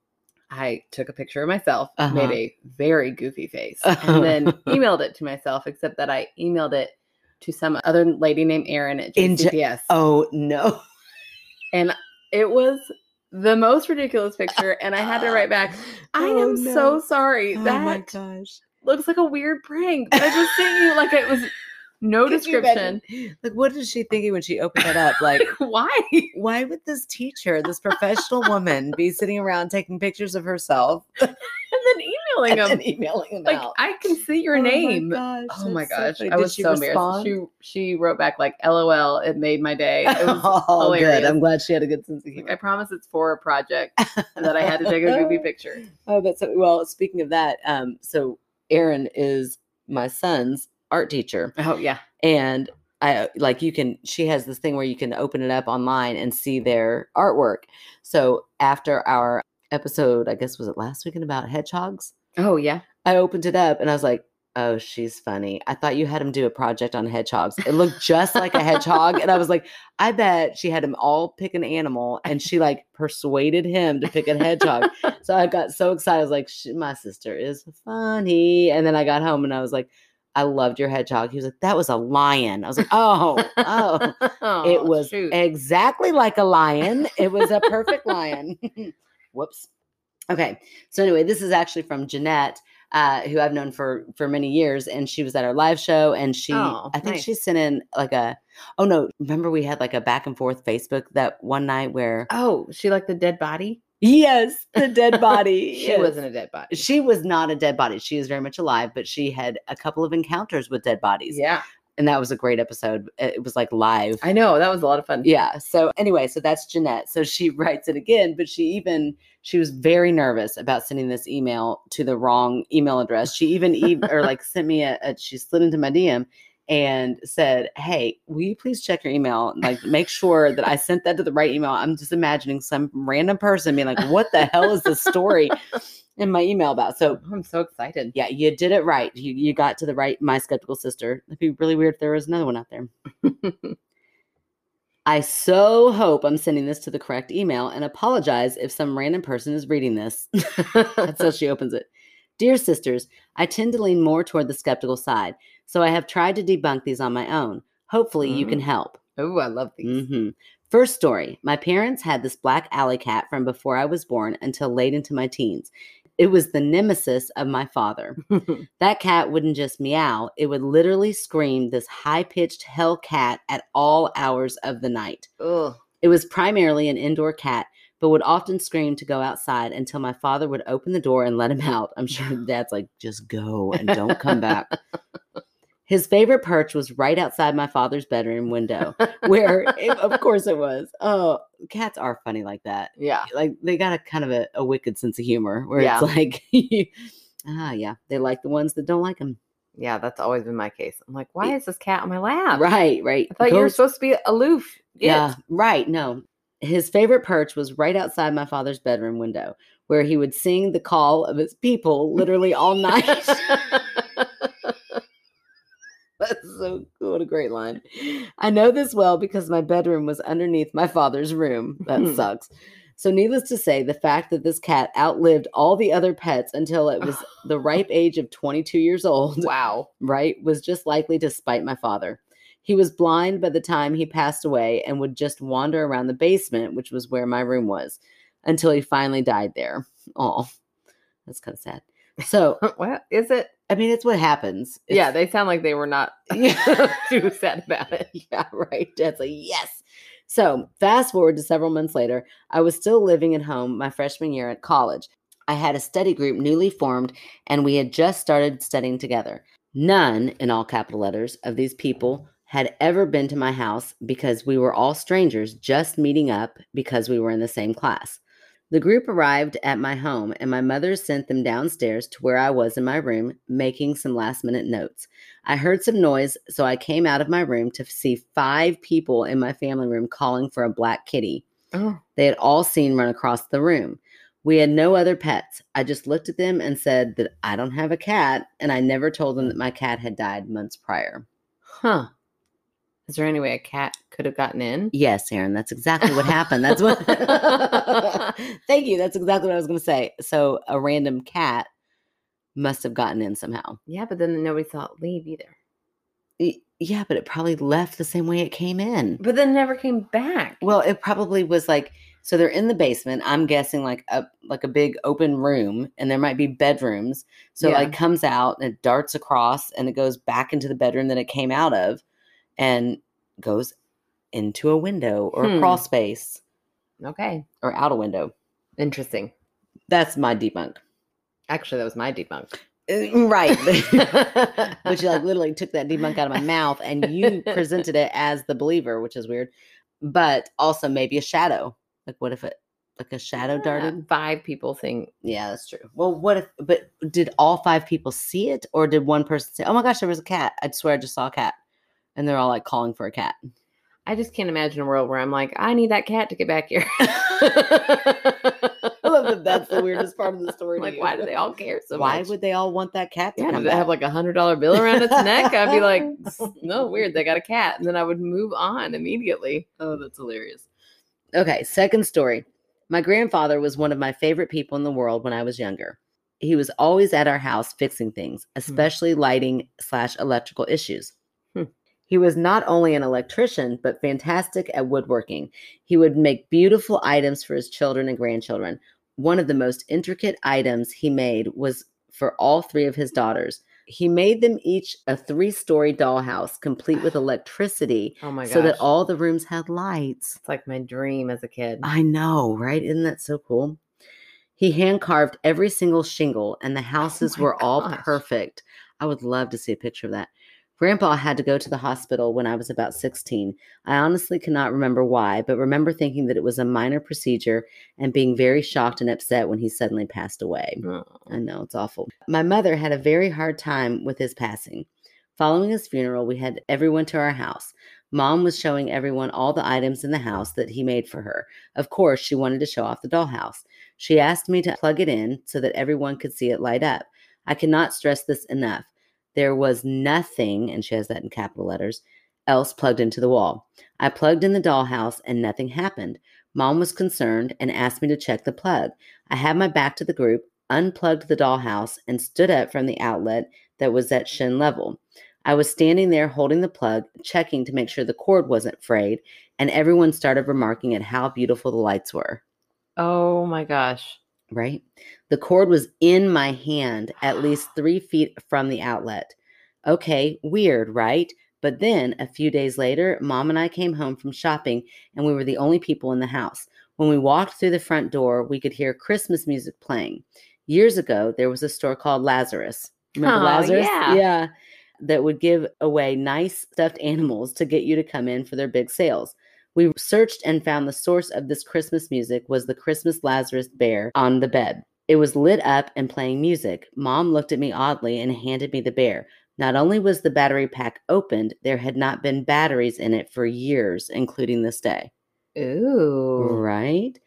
S1: I took a picture of myself,
S2: Uh-huh.
S1: made a very goofy
S2: *laughs*
S1: face,
S2: Oh.
S1: and then emailed it to myself. Except that I emailed it to some other lady named Erin at
S2: In J-
S1: JCPS.
S2: Oh no.
S1: It was the most ridiculous picture, and I had to write
S2: *gasps*
S1: back. I
S2: Oh,
S1: am
S2: no.
S1: so sorry.
S2: Oh
S1: that
S2: my gosh.
S1: looks like a weird prank. but I just sent you like it was no
S2: Could you imagine?
S1: description.
S2: Like, what is she thinking when she opened that up? Like,
S1: Like *laughs* why?
S2: why would this teacher, this professional woman, be sitting around taking pictures of herself um,
S1: And then emailing
S2: *laughs* and
S1: them.
S2: then emailing them
S1: like
S2: out?
S1: I can see your
S2: Oh my
S1: name.
S2: gosh,
S1: oh my
S2: that's so
S1: gosh,
S2: funny.
S1: I
S2: Did
S1: was
S2: she
S1: so
S2: respond?
S1: embarrassed. She she wrote back like, "LOL, it made my day." It was-
S2: *laughs* oh, good.
S1: hilarious.
S2: I'm glad she had a good sense of
S1: like, I
S2: humor.
S1: promise it's for a project and that I had to take a
S2: *laughs*
S1: goofy picture.
S2: Oh, but so well. Speaking of that, um, so Aaron is my son's art teacher,
S1: Oh yeah,
S2: and I like you can. She has this thing where you can open it up online and see their artwork. So after our episode, I guess was it last weekend about hedgehogs,
S1: oh yeah.
S2: I opened it up and I was like. Oh, she's funny. I thought you had him do a project on hedgehogs. It looked just like a hedgehog. And I was like, I bet she had him all pick an animal and she like persuaded him to pick a hedgehog. So I got so excited. I was like, "Sh- my sister is funny. And then I got home and I was like, I loved your hedgehog. He was like, that was a lion. I was like, oh, oh. It
S1: *laughs* Oh,
S2: was
S1: shoot.
S2: exactly like
S1: *laughs*
S2: a lion. It was a perfect lion. *laughs* Whoops. Okay. So anyway, this is actually from Jeanette, uh, who I've known for for many years, and she was at our live show, and she
S1: Oh,
S2: I think
S1: nice.
S2: she sent in like a oh no, remember we had like a back and forth Facebook that one night where
S1: Oh, she like the dead body.
S2: yes,
S1: *laughs*
S2: the dead body.
S1: She
S2: yes.
S1: wasn't a dead body.
S2: She was not a dead body. She is very much alive, but she had a couple of encounters with dead bodies.
S1: Yeah,
S2: And that was a great episode. It was like live.
S1: I know that was a lot of fun.
S2: Yeah. So anyway, so that's Jeanette. So she *laughs* writes it again, but she even she was very nervous about sending this email to the wrong email address. She even ev- or like sent me a, a she slid into my DM and said, "Hey, will you please check your email? and, Like, make sure that I sent that to the right email." I'm just imagining some random person being like, "What the hell is this story in my email about?" So
S1: I'm so excited.
S2: yeah, you did it right. You you got to the right my skeptical sister. It'd be really weird if there was another one out there. I so hope I'm sending this to the correct email and apologize if some random person is reading this. *laughs* That's how she opens it. Dear sisters, I tend to lean more toward the skeptical side, so I have tried to debunk these on my own. Hopefully, you can help.
S1: Oh, I love these.
S2: hmm First story My parents had this black alley cat from before I was born until late into my teens. It was the nemesis of my father.
S1: Mm-hmm.
S2: That cat wouldn't just meow, it would literally scream this high pitched hell cat at all hours of the night.
S1: *laughs* Ugh.
S2: It was primarily an indoor cat, but would often scream to go outside until my father would open the door and let him out. I'm sure dad's like, just go and don't come back. His favorite perch was right outside my father's bedroom window, where, it, of course, it was. Oh, cats are funny like that
S1: Yeah.
S2: like they got a kind of a, a wicked sense of humor where
S1: Yeah.
S2: it's like *laughs* ah yeah they like the ones that don't like them
S1: Yeah, that's always been my case. I'm like, why is this cat on my lap?
S2: right right
S1: I thought you were
S2: Goes-
S1: supposed to be aloof. It.
S2: yeah right no his favorite perch was right outside my father's bedroom window where he would sing the call of his people literally *laughs*
S1: *laughs*
S2: all night That's so cool. What a great line. I know this well because my bedroom was underneath my father's room. That sucks. So, needless to say, the fact that this cat outlived all the other pets until it *sighs* was the ripe age of 22 years
S1: *laughs*
S2: old, *laughs*
S1: wow. *laughs*
S2: right, was just likely to spite my father. He was blind by the time he passed away and would just wander around the basement, which was where my room was, until he finally died there. Oh, that's kind of sad. So,
S1: What is it?
S2: I mean, it's what happens. It's-
S1: yeah, they sound like they were not
S2: *laughs* Yeah.
S1: too sad about it.
S2: yeah, right. Dad's like, yes. So fast forward to several months later, I was still living at home my freshman year at college. I had a study group newly formed, and we had just started studying together. None, in all capital letters, of these people had ever been to my house because we were all strangers just meeting up because we were in the same class. The group arrived at my home, and my mother sent them downstairs to where I was in my room making some last minute notes. I heard some noise, so I came out of my room to see five people in my family room calling for a black kitty.
S1: Oh.
S2: they had all seen run across the room. We had no other pets. I just looked at them and said that I don't have a cat, and I never told them that my cat had died months prior.
S1: Huh. *laughs* Is there any way a cat could have gotten in?
S2: Yes, Aaron, that's exactly what happened. That's what. *laughs* Thank you. That's exactly what I was going to say. So a random cat must have gotten in somehow.
S1: Yeah, but then nobody saw it leave either.
S2: Y- Yeah, but it probably left the same way it came in.
S1: But then never came back.
S2: Well, it probably was like so they're in the basement. I'm guessing like a like a big open room, and there might be bedrooms. So
S1: Yeah.
S2: like comes out and it darts across, and it goes back into the bedroom that it came out of, and goes into a window or a crawl
S1: Hmm.
S2: space
S1: Okay.
S2: or out a window.
S1: Interesting.
S2: That's my debunk.
S1: Actually, that was my
S2: *laughs*
S1: debunk. mm,
S2: Uh, Right.
S1: *laughs*
S2: But you like literally took that debunk out of my mouth and you presented it as the believer, which is weird. But also maybe a shadow. Like what if it like a shadow darted?
S1: *laughs* Five people think
S2: Yeah, that's true. Well, what if, but did all five people see it or did one person say, oh my gosh, there was a cat? I swear I just saw a cat. And they're all like calling for a cat.
S1: I just can't imagine a world where I'm like, I need that cat to get back
S2: *laughs*
S1: here. *laughs*
S2: I love that *laughs* that's the weirdest part of the *laughs* story. to
S1: Like,
S2: you.
S1: why do they all care so
S2: Why
S1: much?
S2: would they all want that cat to
S1: Yeah,
S2: come
S1: did it have
S2: back?
S1: like a hundred dollar bill around its neck? I'd be *laughs* like, "S- no, weird. They got a cat, and then I would move on immediately. Oh, that's hilarious.
S2: Okay, second story. My grandfather was one of my favorite people in the world when I was younger. He was always at our house fixing things, especially lighting slash electrical issues.
S1: Hmm.
S2: He was not only an electrician, but fantastic at woodworking. He would make beautiful items for his children and grandchildren. One of the most intricate items he made was for all three of his daughters. He made them each a three story dollhouse
S1: *sighs*
S2: complete with electricity
S1: Oh my god,
S2: so that all the rooms had lights.
S1: it's like my dream as a kid.
S2: I know, right? Isn't that so cool? He hand carved every single shingle, and the houses
S1: Oh my
S2: were all
S1: gosh.
S2: perfect. I would love to see a picture of that. Grandpa had to go to the hospital when I was about 16. I honestly cannot remember why, but remember thinking that it was a minor procedure and being very shocked and upset when he suddenly passed away.
S1: Oh.
S2: I know, it's awful. My mother had a very hard time with his passing. Following his funeral, we had everyone to our house. Mom was showing everyone all the items in the house that he made for her. Of course, she wanted to show off the dollhouse. She asked me to plug it in so that everyone could see it light up. I cannot stress this enough. There was nothing, and she has that in capital letters, else plugged into the wall. I plugged in the dollhouse and nothing happened. Mom was concerned and asked me to check the plug. I had my back to the group, unplugged the dollhouse, and stood up from the outlet that was at shin level. I was standing there holding the plug, checking to make sure the cord wasn't frayed, and everyone started remarking at how beautiful the lights were.
S1: Oh my gosh.
S2: Right? The cord was in my hand, at least three feet from the outlet. Okay, weird, right? But then a few days later, mom and I came home from shopping and we were the only people in the house. When we walked through the front door, we could hear Christmas music playing. Years ago, there was a store called Lazarus. Remember
S1: Oh,
S2: Lazarus?
S1: yeah.
S2: yeah. That would give away nice stuffed *laughs* animals to get you to come in for their big sales. We searched and found the source of this Christmas music was the Christmas Lazarus bear on the bed. It was lit up and playing music. Mom looked at me oddly and handed me the bear. Not only was the battery pack opened, there had not been batteries in it for years, including this day.
S1: Ooh.
S2: Right?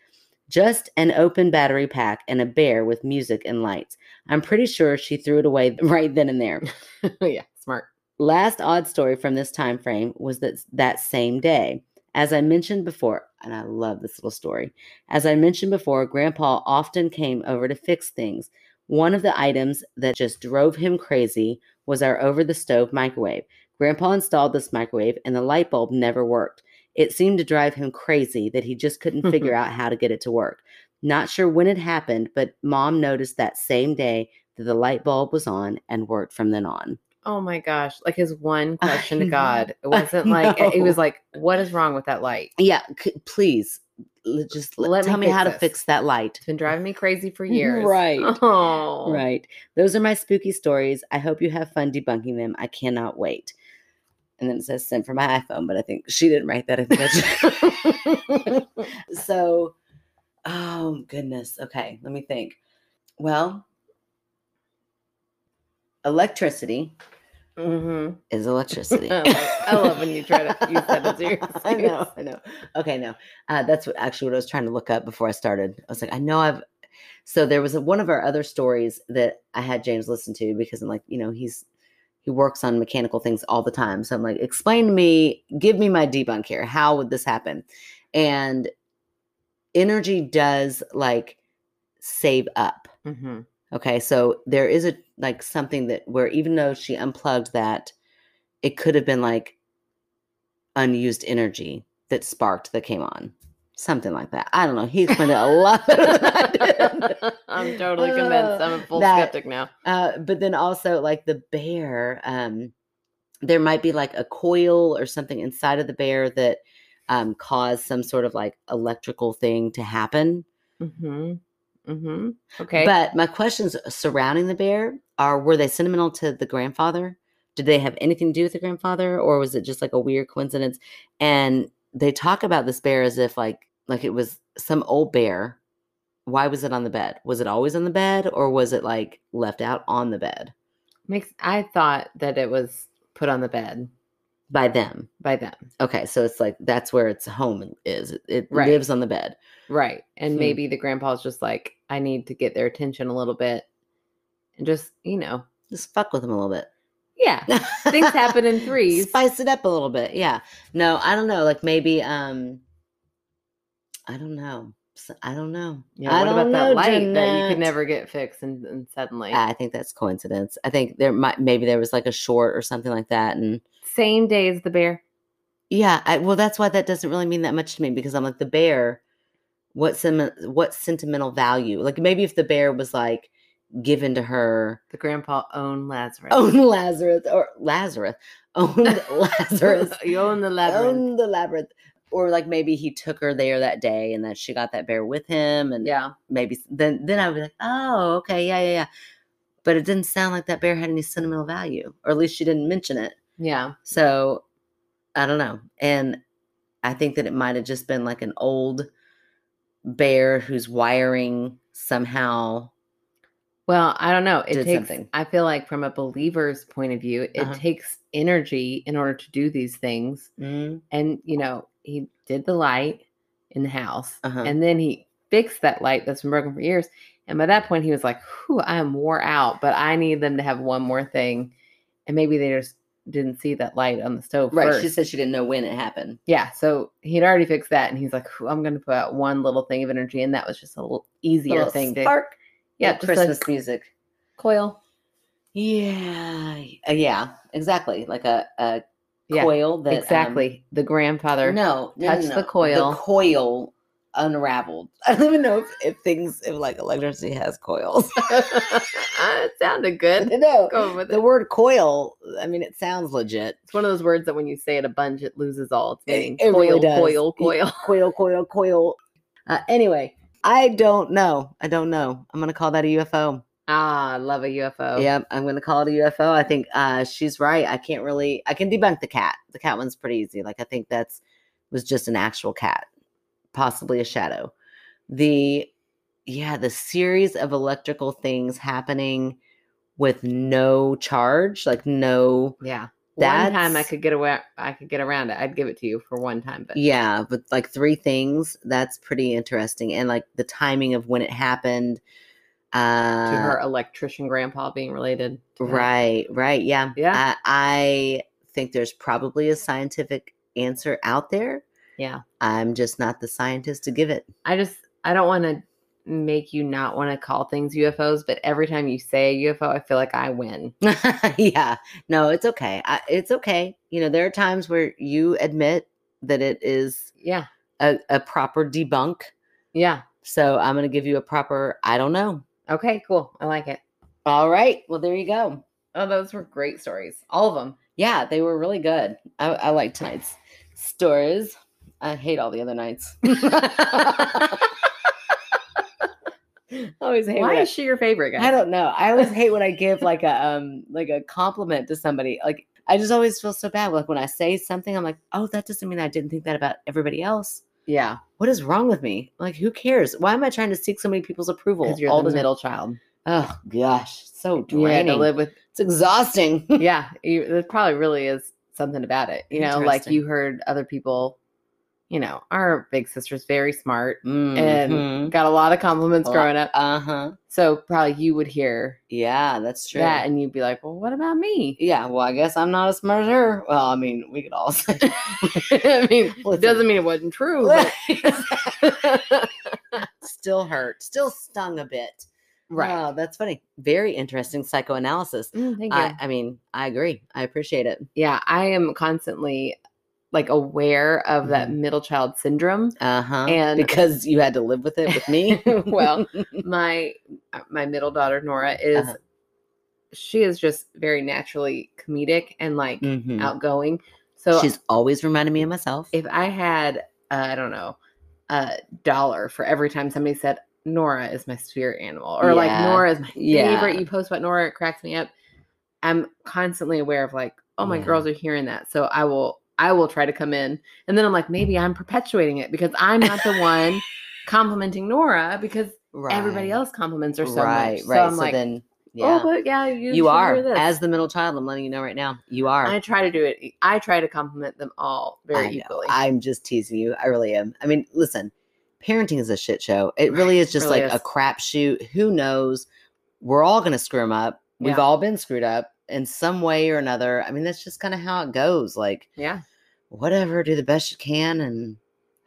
S2: Just an open battery pack and a bear with music and lights. I'm pretty sure she threw it away *laughs* right then and there.
S1: *laughs* yeah, smart.
S2: Last odd story from this time frame was that that same day. As I mentioned before, and I love this little story. As I mentioned before, grandpa often came over to fix things. One of the items that just drove him crazy was our over the stove microwave. Grandpa installed this microwave and the light bulb never worked. It seemed to drive him crazy that he just couldn't figure out how to get it to work. Not sure when it happened, but mom noticed that same day that the light bulb was on and worked from then on.
S1: Oh my gosh. Like his one
S2: I
S1: question to
S2: know.
S1: God. It
S2: I
S1: wasn't like it was
S2: know.
S1: like, what is wrong with that light?
S2: Yeah, c- please l- just let
S1: Let me
S2: tell me,
S1: fix
S2: how to
S1: this.
S2: fix that light.
S1: It's been driving me crazy *laughs* for years.
S2: Right.
S1: Oh. *laughs*
S2: Right. Those are my spooky stories. I hope you have fun debunking them. I cannot wait. And then it says sent for my iPhone, but I think she didn't write that. I think
S1: *laughs*
S2: that's *laughs* so. Oh goodness. Okay, let me think. Well, electricity
S1: Mm-hmm.
S2: is
S1: *laughs*
S2: electricity.
S1: I love- Oh, I love when you try to use that as your
S2: *laughs* I know, I know. Okay, no, uh, that's what, actually what I was trying to look up before I started. I was like, I know I've. So there was a, one of our other stories that I had James listen to because I'm like, you know, he's he works on mechanical things all the time. So I'm like, explain to me, give me my debunk here. How would this happen? And energy does like save up.
S1: Mm-hmm.
S2: Okay, so there is a like something that where even though she unplugged that, it could have been like unused energy that sparked that came on, something like that. I don't know. He explained it a lot better than
S1: *laughs*
S2: I did.
S1: I'm totally convinced. I'm a full
S2: That-
S1: skeptic now.
S2: Uh, but then also like the bear, um, there might be like a coil or something inside of the bear that um, caused some sort of like electrical thing to happen.
S1: Mm-hmm. Mm-hmm. Okay.
S2: But my questions surrounding the bear are were they sentimental to the grandfather? Did they have anything to do with the grandfather or was it just like a weird coincidence? And they talk about this bear as if like like it was some old bear. Why was it on the bed? Was it always on the bed or was it like left out on the bed
S1: Makes I thought that it was put on the bed
S2: by them?
S1: by them.
S2: Okay, so it's like that's where its home is. It, it
S1: Right.
S2: lives on the bed.
S1: Right. And
S2: Hmm.
S1: maybe the grandpa's just like, I need to get their attention a little bit. And just, you know,
S2: Just fuck with them a little bit.
S1: yeah.
S2: *laughs*
S1: Things happen in threes.
S2: Spice it up a little bit. Yeah. No, I don't know. Like maybe um I don't know. S- I don't know.
S1: Yeah,
S2: I
S1: what
S2: don't
S1: about that
S2: know,
S1: light that you
S2: Jeanette. Uh,
S1: could never get fixed and, and suddenly
S2: I think that's coincidence. I think there might maybe there was like a short or something like that and
S1: same day as the bear?
S2: yeah, I, well that's why that doesn't really mean that much to me because I'm like the bear what sentiment, what sentimental value? Like maybe if the bear was like given to her *laughs*
S1: The grandpa owned Lazarus.
S2: own Lazarus or Lazarus
S1: *laughs*
S2: owned Lazarus
S1: you own the Lazarus.
S2: own the labyrinth. Or like maybe he took her there that day and then she got that bear with him and
S1: Um, Yeah.
S2: maybe s- then then I would be like, Oh, okay, yeah, yeah, yeah. But it didn't sound like that bear had any sentimental value, or at least she didn't mention it.
S1: Yeah.
S2: So I don't know. And I think that it might have just been like an old bear whose wiring somehow
S1: Well, I don't know. It
S2: Did
S1: takes
S2: something.
S1: I feel like from a believer's point of view, it
S2: Uh-huh.
S1: takes energy in order to do these things. And you know, he did the light in the house.
S2: uh-huh.
S1: And then he fixed that light that's been broken for years. And by that point, he was like, Whew, I am wore out, but I need them to have one more thing. And maybe they just didn't see that light on the stove
S2: right.
S1: first.
S2: She said she didn't know when it happened.
S1: yeah. So he had already fixed that. And he's like, "Whew, I'm going to put out one little thing of energy. And that was just a little easier
S2: Little
S1: thing to.
S2: spark.
S1: Yeah.
S2: of
S1: Just
S2: Christmas
S1: Christmas
S2: music.
S1: coil.
S2: Yeah, y- uh, yeah, exactly. Like a, a
S1: Yeah,
S2: coil that um,
S1: exactly. the grandfather.
S2: no, no, no,
S1: touched the
S2: no,
S1: coil.
S2: The coil unraveled. *laughs* I don't even know if, if things if like electricity has coils.
S1: *laughs*
S2: *laughs*
S1: it sounded
S2: I
S1: good.
S2: don't know.
S1: Going with
S2: The
S1: it.
S2: word coil. I mean, it sounds legit.
S1: It's one of those words that when you say it a bunch, it loses all its meaning.
S2: It- it
S1: coil,
S2: really does.
S1: coil,
S2: Y-
S1: coil,
S2: coil, coil, coil. Uh, anyway, I don't know. I don't know. I'm gonna call that a UFO.
S1: *laughs* Ah, I love a UFO.
S2: Yeah, I'm gonna call it a UFO. I think uh, she's right. I can't really. I can debunk the cat. The cat one's pretty easy. Like I think that's was just an actual cat, possibly a shadow. The yeah, the series of electrical things happening with no charge, like no
S1: Yeah. one time I
S2: That's-
S1: could get away I could get around it. I'd give it to you for one time, but
S2: yeah, but like three things. That's pretty interesting, and like the timing of when it happened. Uh,
S1: to her electrician grandpa being related. to her.
S2: Right, right. Yeah.
S1: Yeah.
S2: I, I think there's probably a scientific answer out there.
S1: Yeah.
S2: I'm just not the scientist
S1: *laughs*
S2: to give it.
S1: I just I don't want to make you not want to call things UFOs, but every time you say a UFO, I feel like I win.
S2: yeah. No, it's okay. I, it's okay. You know, there are times where you admit that it is
S1: Yeah.
S2: a, a proper debunk.
S1: Yeah.
S2: So I'm going to give you a proper, I don't know.
S1: Okay, cool. I like it.
S2: All right. Well, there you go.
S1: Oh, those were great stories. All of *laughs* them.
S2: Yeah, they were really good. I, I like tonight's stories. I hate all the other nights. *laughs* always hate.
S1: Why
S2: when I-
S1: is she your favorite guy?
S2: I don't know. I always hate when I give like a um like a compliment to somebody. Like I just always feel so bad. Like when I say something, I'm like, oh, that doesn't mean I didn't think that about everybody else.
S1: Yeah.
S2: What is wrong with me? Like who cares? Why am I trying to seek so many people's approval
S1: Cuz you're
S2: all
S1: the
S2: time?
S1: middle child. Oh,
S2: Gosh, so
S1: yeah,
S2: draining.
S1: to live with.
S2: it's exhausting. *laughs*
S1: Yeah, you, there probably really is something about it. You know, like
S2: Interesting.
S1: you heard other people. You know, our big sister's very smart.
S2: Mhm.
S1: Got a lot of compliments
S2: A lot.
S1: growing up.
S2: uh-huh.
S1: So probably you would hear
S2: Yeah, that's true.
S1: that, and you'd be like, "Well, what about me?"
S2: yeah, well, I guess I'm not as smart as her. Well, I mean, we could all *laughs* say.
S1: *laughs* I mean, it
S2: Listen.
S1: doesn't mean it wasn't true.
S2: *laughs*
S1: but-
S2: still hurt, still stung a bit.
S1: right.
S2: Wow, that's funny. Very interesting psychoanalysis.
S1: Mm, thank you.
S2: I, I mean, I agree. I appreciate it.
S1: yeah, I am constantly like aware of that
S2: Mhm.
S1: middle child syndrome.
S2: Uh huh.
S1: And-
S2: *laughs* because you had to live with it with me.
S1: *laughs* well,
S2: *laughs*
S1: my uh, my middle daughter Nora is
S2: Uh-huh.
S1: she is just very naturally comedic and like
S2: Mhm.
S1: outgoing. So
S2: she's always reminded me of myself.
S1: if I had uh, I don't know a dollar for every time somebody said Nora is my spirit animal or like
S2: Yeah.
S1: Nora is my
S2: Yeah.
S1: favorite, you post about Nora, it cracks me up. I'm constantly aware of like, oh my
S2: Yeah.
S1: girls are hearing that, so I will I will try to come in, and then I'm like maybe I'm perpetuating it because I'm not the
S2: *laughs*
S1: one complimenting Nora because
S2: right.
S1: everybody else compliments her so
S2: right,
S1: much.
S2: right.
S1: So
S2: So,
S1: I'm like,
S2: then,
S1: oh,
S2: yeah,
S1: but yeah, you,
S2: you
S1: should
S2: are
S1: hear this."
S2: as the middle child. I'm letting you know right now. You are.
S1: I try to do it. I try to compliment them all very
S2: I know.
S1: equally.
S2: I'm just teasing you. I really am. I mean, listen, parenting is a shit show. It really is just
S1: Really
S2: like
S1: is.
S2: a crapshoot. Who knows? We're all going to screw them up. We've
S1: Yeah.
S2: all been screwed up in some way or another. I mean, that's just kind of how it goes. Like,
S1: yeah,
S2: whatever, do the best you can and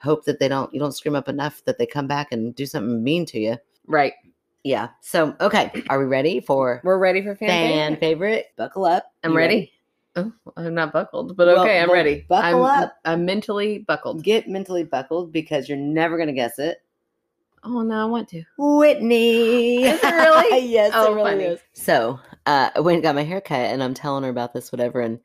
S2: hope that they don't, you don't screw 'em up enough that they come back and do something mean to you.
S1: right.
S2: Yeah. So, okay. Are we ready for
S1: We're ready for fan.
S2: fan
S1: favorite.
S2: favorite? Buckle up.
S1: I'm
S2: You
S1: ready. Oh, I'm not buckled, but okay,
S2: Well,
S1: I'm
S2: then
S1: ready.
S2: buckle
S1: I'm,
S2: up.
S1: I'm mentally buckled.
S2: Get mentally buckled because you're never going to guess it.
S1: Oh no, I want to.
S2: Whitney.
S1: Is it really?
S2: *laughs* yes,
S1: Oh,
S2: it really
S1: funny.
S2: is. So uh, I went and got my hair cut, and I'm telling her about this, whatever. And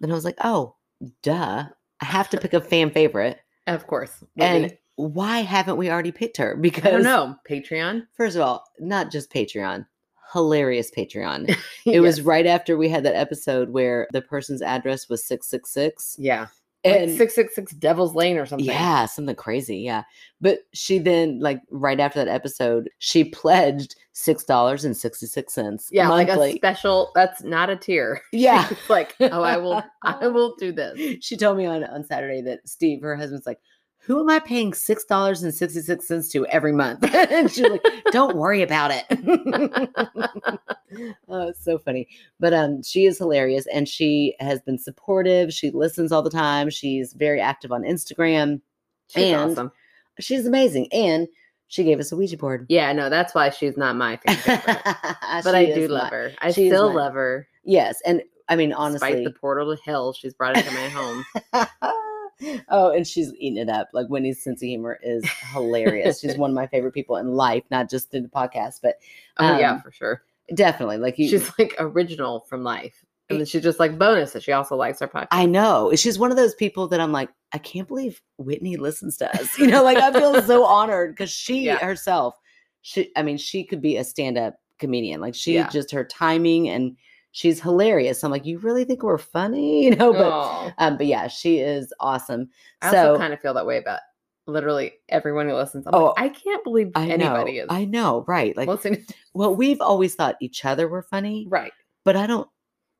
S2: then I was like, oh, duh. I have to pick a
S1: *laughs*
S2: fan favorite.
S1: Of course.
S2: And
S1: Whitney.
S2: why haven't we already picked her? Because,
S1: I don't know. Patreon. *laughs*
S2: first of all, not just Patreon, hilarious Patreon.
S1: *laughs*
S2: It
S1: Yes.
S2: was right after we had that episode where the person's address was 666.
S1: yeah.
S2: And
S1: six six six Devil's Lane or something.
S2: Yeah, something crazy. Yeah. But she then, like, right after that episode, she *laughs* pledged $6.66
S1: Yeah,
S2: monthly.
S1: like a special. That's not a tier. *laughs*
S2: yeah. *laughs*
S1: It's like, oh, I will, I will do this. *laughs*
S2: She told me on, on Saturday that Steve, her husband's like, who am I paying $6.66 to every month? *laughs* and she's like, don't worry about it. *laughs* oh, it's so funny. But um, she is hilarious and she has been supportive. She listens all the time. She's very active on Instagram.
S1: She's
S2: And-
S1: awesome.
S2: She's amazing. And she gave us a Ouija board.
S1: Yeah, no, that's why she's not my
S2: *laughs*
S1: fan favorite.
S2: but
S1: But I do love her. I
S2: she is
S1: still
S2: my-
S1: love her.
S2: Yes. And I mean, honestly.
S1: despite the portal to hell she's brought into my
S2: *laughs*
S1: home.
S2: oh, and she's eating it up. Like Whitney's sense of humor is hilarious. she's one of my favorite people in life, not just through the podcast, but
S1: Oh yeah,
S2: Um,
S1: for sure.
S2: definitely. Like you,
S1: She's like original from life, and then she's just like bonus that she also likes our podcast.
S2: I know she's one of those people that I'm like, I can't believe Whitney listens to us. *laughs* You know, like I
S1: *laughs*
S2: feel so honored because she
S1: Yeah.
S2: herself, she, I mean, she could be a stand-up comedian. Like she
S1: Yeah.
S2: just her timing and she's hilarious. I'm like, you really think we're funny? *laughs* You know, but
S1: Aw.
S2: um, but yeah, she is awesome.
S1: I
S2: so
S1: also kind of feel that way about literally everyone who listens. I'm
S2: Oh,
S1: like, I can't believe
S2: I
S1: anybody
S2: know,
S1: is
S2: I know, right? Like, *laughs*
S1: listening.
S2: well, we've always thought each other were funny,
S1: Right.
S2: but I don't,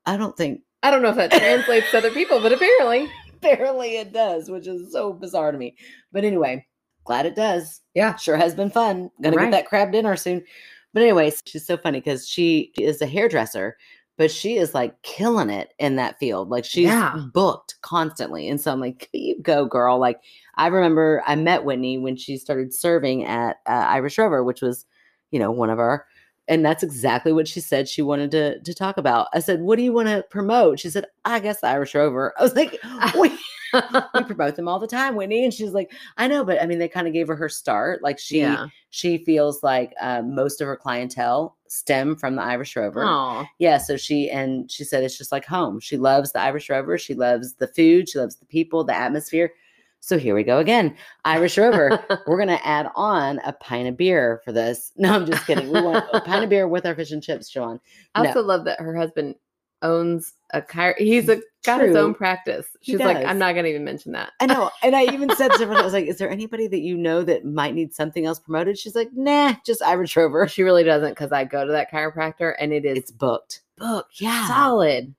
S2: I don't think *laughs*
S1: I don't know if that translates to other people, but apparently,
S2: barely it does, which is so bizarre to me. But anyway, glad it does.
S1: Yeah.
S2: sure has been fun. Gonna
S1: Right.
S2: get that crab dinner soon. But anyway, she's so funny because she is a hairdresser, but she is like killing it in that field. Like she's
S1: Yeah.
S2: booked constantly, and so I'm like, you go, girl. Like I remember I met Whitney when she started serving at uh, Irish Rover, which was, you know, one of our. And that's exactly what she said she wanted to, to talk about. I said, What do you want to promote? She said, I guess the Irish Rover. *laughs* I
S1: *laughs*
S2: was like, we, we promote them all the time, Whitney. And she's like, I know, but I mean, they kind of gave her her start. Like she,
S1: yeah.
S2: she feels like uh, most of her clientele stem from the Irish Rover.
S1: Aw.
S2: Yeah. So she, and she said, it's just like home. She loves the Irish Rover. She loves the food. She loves the people, the atmosphere. So here we go again. Irish Rover. We're going to add on a pint of beer for this. No, I'm just kidding. We want a pint of beer with our fish and chips, Joan.
S1: *laughs* I
S2: No.
S1: also love that her husband owns a chiro. He's a, got his
S2: True.
S1: own practice.
S2: He
S1: She's like,
S2: does.
S1: I'm not going to even mention that. *laughs*
S2: I know. And I even said to everyone, I was like, is there anybody that you know that might need something else promoted? She's like, nah, just Ira Trover. *laughs*
S1: She really doesn't because I go to that chiropractor and it is
S2: It's booked.
S1: booked.
S2: Yeah.
S1: Solid.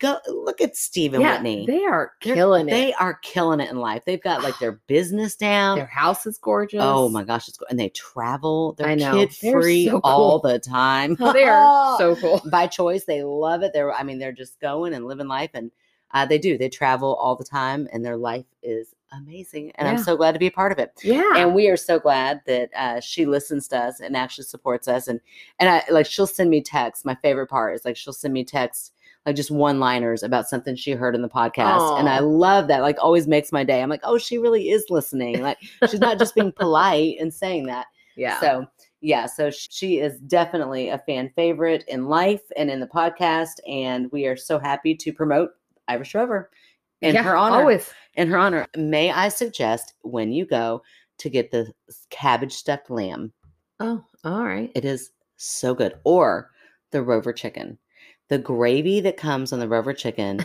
S2: Go look at Steve and Whitney.
S1: they are
S2: They're-
S1: killing it.
S2: They are killing it in life. They've got
S1: *sighs*
S2: like their business down.
S1: Their house is gorgeous.
S2: Oh my gosh, it's go- and they travel. They're
S1: I know. They're
S2: kid free
S1: so
S2: all the time.
S1: Oh, *laughs* *laughs* they
S2: *laughs*
S1: are so cool.
S2: by choice. They love it. They're I mean they're just going and living life, and uh, they do. They travel all the time, and their life is amazing. And I'm
S1: Yeah.
S2: so glad to be a part of it.
S1: Yeah.
S2: And we are so glad that uh, she listens to us and actually supports us. And and I like she'll send me texts. My favorite part is like she'll send me texts. Like just one liners about something she heard in the podcast. And I
S1: Aw.
S2: love that. Like always makes my day. I'm like, oh, she really is listening. Like she's not just being polite and saying that.
S1: yeah.
S2: So, yeah, so sh- she is definitely a fan favorite in life and in the podcast. And we are so happy to promote Ivor Shrover in
S1: Yeah,
S2: her honor.
S1: Always.
S2: In her honor, may I suggest when you go to get the s- cabbage stuffed lamb,
S1: Oh, all right.
S2: it is so good, or the Rover chicken. The gravy that comes on the Rover chicken,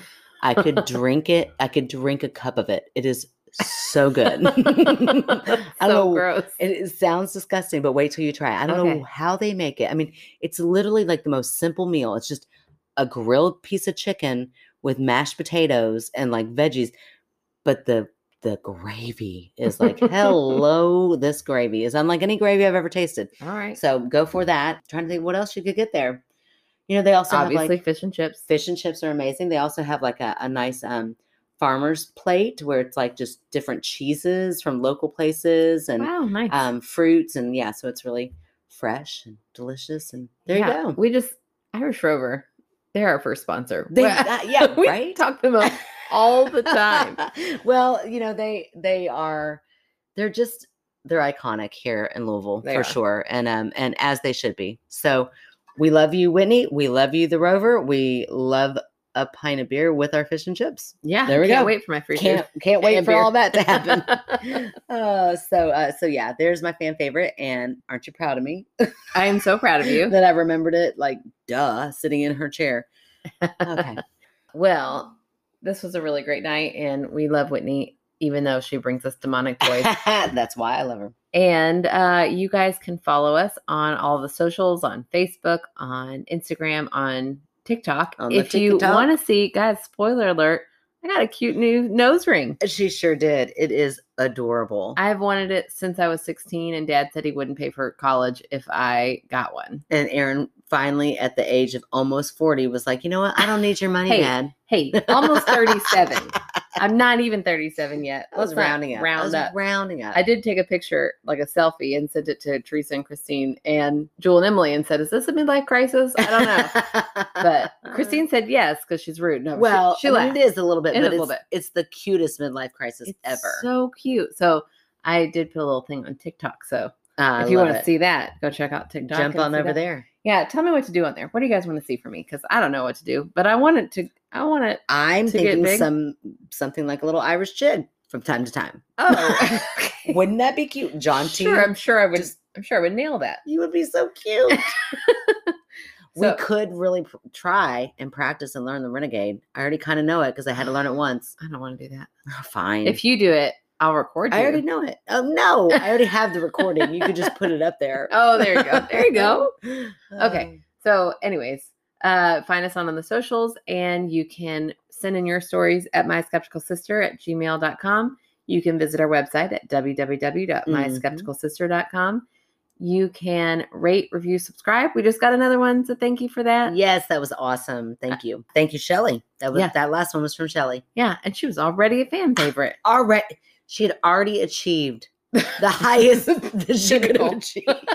S1: *laughs*
S2: I could drink it. I could drink a cup of it. It is
S1: *laughs*
S2: so good. I *laughs*
S1: so
S2: don't know
S1: gross.
S2: it, it sounds disgusting, but wait till you try it. I don't
S1: Okay.
S2: know how they make it. I mean, it's literally like the most simple meal. It's just a grilled piece of chicken with mashed potatoes and like veggies, but the the gravy
S1: *laughs*
S2: is like hello. This gravy is unlike any gravy I've ever tasted.
S1: all right.
S2: So go for that. Trying to think what else you could get there. You know, they also
S1: Obviously,
S2: have like
S1: fish and chips.
S2: fish and chips are amazing. They also have like a, a nice um farmer's plate where it's like just different cheeses from local places and
S1: Wow, nice.
S2: um, fruits and yeah, so it's really fresh and delicious. And there
S1: Yeah,
S2: you go.
S1: *laughs* We just Irish Rover. They're our first sponsor.
S2: They-
S1: Well, *laughs*
S2: uh, yeah,
S1: we
S2: right?
S1: talk them up all the time.
S2: *laughs* well, you know they they are they're just they're iconic here in Louisville
S1: They
S2: for
S1: are.
S2: sure, and um and as they should be. So we love you, Whitney. We love you, the Rover. We love a pint of beer with our fish and chips.
S1: *laughs* Yeah,
S2: There we
S1: can't
S2: go.
S1: Wait for my free
S2: Can't
S1: food.
S2: can't wait
S1: And
S2: for
S1: beer.
S2: all *laughs* that to
S1: *laughs*
S2: happen. Oh, so uh, so yeah, there's my fan favorite, and aren't you proud of me?
S1: I am so proud of you.
S2: that I remembered it like duh, sitting in her chair.
S1: *laughs*
S2: Okay.
S1: *laughs* Well, this was a really great night, and we love Whitney, even though she brings us demonic boys.
S2: That's why I love her.
S1: And uh, you guys can follow us on all the socials on Facebook, on Instagram, on TikTok.
S2: On the
S1: if you
S2: TikTok.
S1: want to see, guys, spoiler alert, I got a cute new nose ring.
S2: She sure did. It is adorable.
S1: I've wanted it since I was 16, and dad said he wouldn't pay for college if I got one.
S2: and Aaron finally, at the age of almost 40, was like, you know what? I don't need your money,
S1: Hey,
S2: Dad.
S1: Hey, almost
S2: *laughs*
S1: 37. I'm not even 37 yet.
S2: I was
S1: Let's not
S2: rounding up.
S1: Round
S2: I was
S1: up.
S2: rounding up.
S1: I did take a picture, like a selfie, and sent it to Teresa and Christine and Jewel and Emily and said, Is this a midlife crisis? I don't know. *laughs*
S2: know. *laughs*
S1: but Christine said yes because she's rude. No, she-
S2: well,
S1: she,
S2: I mean,
S1: laughed.
S2: it is a little bit,
S1: It
S2: but
S1: is a
S2: it's,
S1: little
S2: it's the cutest midlife crisis
S1: It's
S2: ever.
S1: so cute. So I did put a little thing on TikTok. So
S2: I
S1: if you
S2: love
S1: want to
S2: it.
S1: see that, go check out TikTok.
S2: jump
S1: and
S2: on
S1: see
S2: over
S1: that.
S2: there.
S1: Yeah, tell me what to do on there. What do you guys want to see from me? Because I don't know what to do, but I want it to. I want
S2: *laughs*
S1: it.
S2: I'm
S1: To get
S2: thinking
S1: big?
S2: some something like a little Irish jig from time to time.
S1: *laughs*
S2: *laughs*
S1: Oh,
S2: Wouldn't that be cute?
S1: *laughs*
S2: Jaunty.
S1: sure. I'm sure I would.
S2: Just-
S1: I'm sure I would nail that.
S2: you would be so
S1: *laughs*
S2: cute. we
S1: So-
S2: could really pr- try and practice and learn the Renegade. I already kind of know it because I had to learn it once. *sighs*
S1: I don't want to do that.
S2: Fine.
S1: If you do it, I'll record you.
S2: I already know it. Oh no, I already have the recording. You could just put it up there.
S1: Oh, there you
S2: *laughs*
S1: go. There you go.
S2: Okay.
S1: So, anyways, uh, find us on, on the socials and you can send in your stories at myskepticalsister at gmail.com. You can visit our website at www.myskepticalsister.com. You can rate, review, subscribe. We just got another one, so thank you for that. Yeah,
S2: Yes, that was awesome. Thank you. Thank you, Shelly. That was
S1: Uh, Yeah.
S2: that last one was from Shelly.
S1: and she was already a fan favorite.
S2: Already she had already achieved the
S1: *laughs*
S2: highest *laughs* that she could have
S1: Pinnacle.
S2: achieved.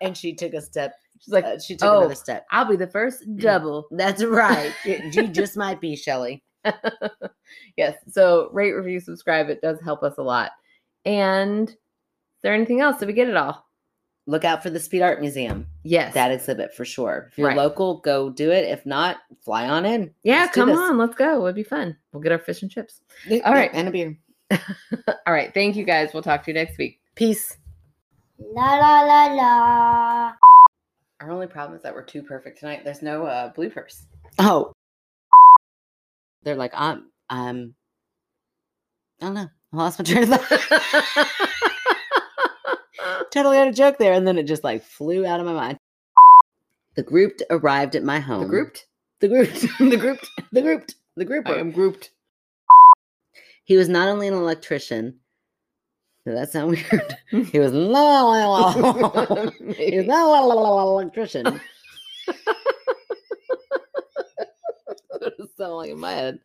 S2: and she took a step.
S1: She's like,
S2: *laughs* uh, she took
S1: "Oh,
S2: another step.
S1: I'll be the first double.
S2: That's right. You you just might be, Shelly.
S1: yes, so rate, review, subscribe. It does help us a lot. And is there anything else? Did we get it all?
S2: Look out for the Speed Art Museum.
S1: Yes.
S2: That exhibit for sure. If you're
S1: Right.
S2: local, go do it. If not, fly on in.
S1: Yeah,
S2: Let's do
S1: come
S2: this.
S1: on, let's go. It would be fun. We'll get our fish and chips. All right.
S2: And a beer.
S1: All right. Thank you guys. We'll talk to you next week.
S2: Peace.
S3: La la la la.
S1: *laughs* Our only problem is that we're too perfect tonight. There's no uh, bloopers.
S2: Oh, they're like I'm. I'm. I don't know. I lost my train of thought. *laughs* totally had a joke there, and then it just like flew out of my mind. The group arrived at my home.
S1: the grouped?
S2: *laughs* The grouped.
S1: the grouped.
S2: The grouped. The grouper.
S1: I am grouped.
S2: He was not only an electrician. Did that sound *laughs* weird? he was *laughs* not he was
S1: Maybe.
S2: not an electrician. *laughs*
S1: That's not like in my head.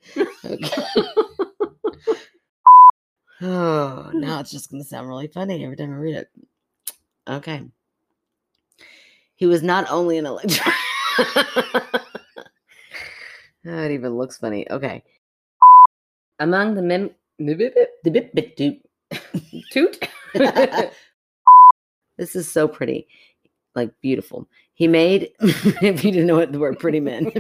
S2: Okay. oh, now it's just going to sound really funny every time I read it. Okay. He was not only an *laughs* electrician. Oh, it even looks funny. Okay.
S1: Among the mem the bip bip doop. toot. *laughs*
S2: This is so pretty, like beautiful. He made, *laughs* if you didn't know what the word pretty meant,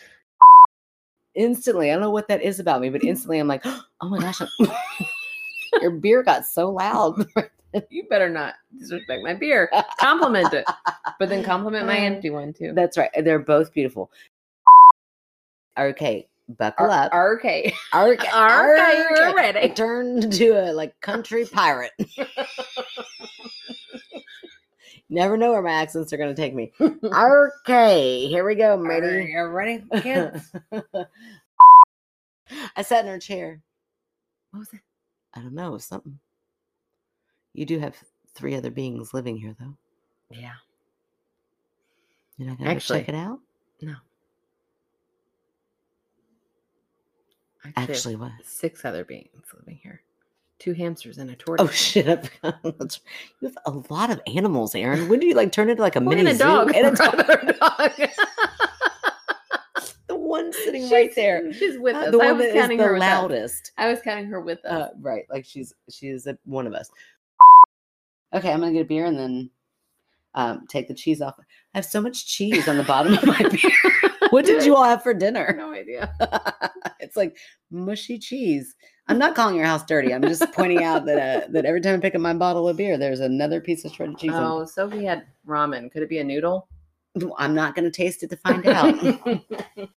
S2: *laughs* instantly, I don't know what that is about me, but instantly I'm like, *gasps* oh my gosh, I'm- *laughs* your beer got so loud. *laughs*
S1: you better not disrespect my beer. Compliment it. But then compliment my empty one too.
S2: That's right. They're both beautiful. Okay, buckle
S1: Ar- *laughs*
S2: up.
S1: Arcade.
S2: Arc,
S1: Arcade, you're *laughs* ready.
S2: Turn to a like country
S1: *laughs*
S2: pirate. Never know where my accents are going to
S1: *laughs*
S2: take me. Okay, here we go,
S1: Are
S2: matey.
S1: you ready, *laughs* kids?
S2: *laughs* I sat in her chair. What was that? I don't know. It was something. You do have three other beings living here, though.
S1: yeah.
S2: You're not going to
S1: Actually,
S2: check it out. Actually, what?
S1: six other beings living here. Two hamsters and a tortoise.
S2: Oh shit! I forgot. *laughs* That's- you have a lot of animals, Aaron. When do you like turn into like a
S1: Well,
S2: mini
S1: and a
S2: zoo?
S1: dog. *laughs*
S2: And a dog. *laughs*
S1: Another dog.
S2: the one sitting
S1: She's-
S2: right there.
S1: She's with
S2: Uh,
S1: us.
S2: the
S1: I
S2: one
S1: was
S2: that is
S1: counting
S2: the
S1: her with us.
S2: loudest.
S1: I was counting her with us.
S2: Uh, right, like she's she's a, one of us. Okay, I'm gonna get a beer and then um, take the cheese off. I have so much cheese on the bottom of my *laughs* beer. What did you all have for dinner? *laughs*
S1: No idea.
S2: It's like mushy cheese. I'm not calling your house dirty. I'm just pointing out that uh, that every time I pick up my bottle of beer, there's another piece of shredded cheese. on
S1: Oh, Sophie had ramen. Could it be a noodle? *laughs*
S2: it. I'm not gonna taste it to find out.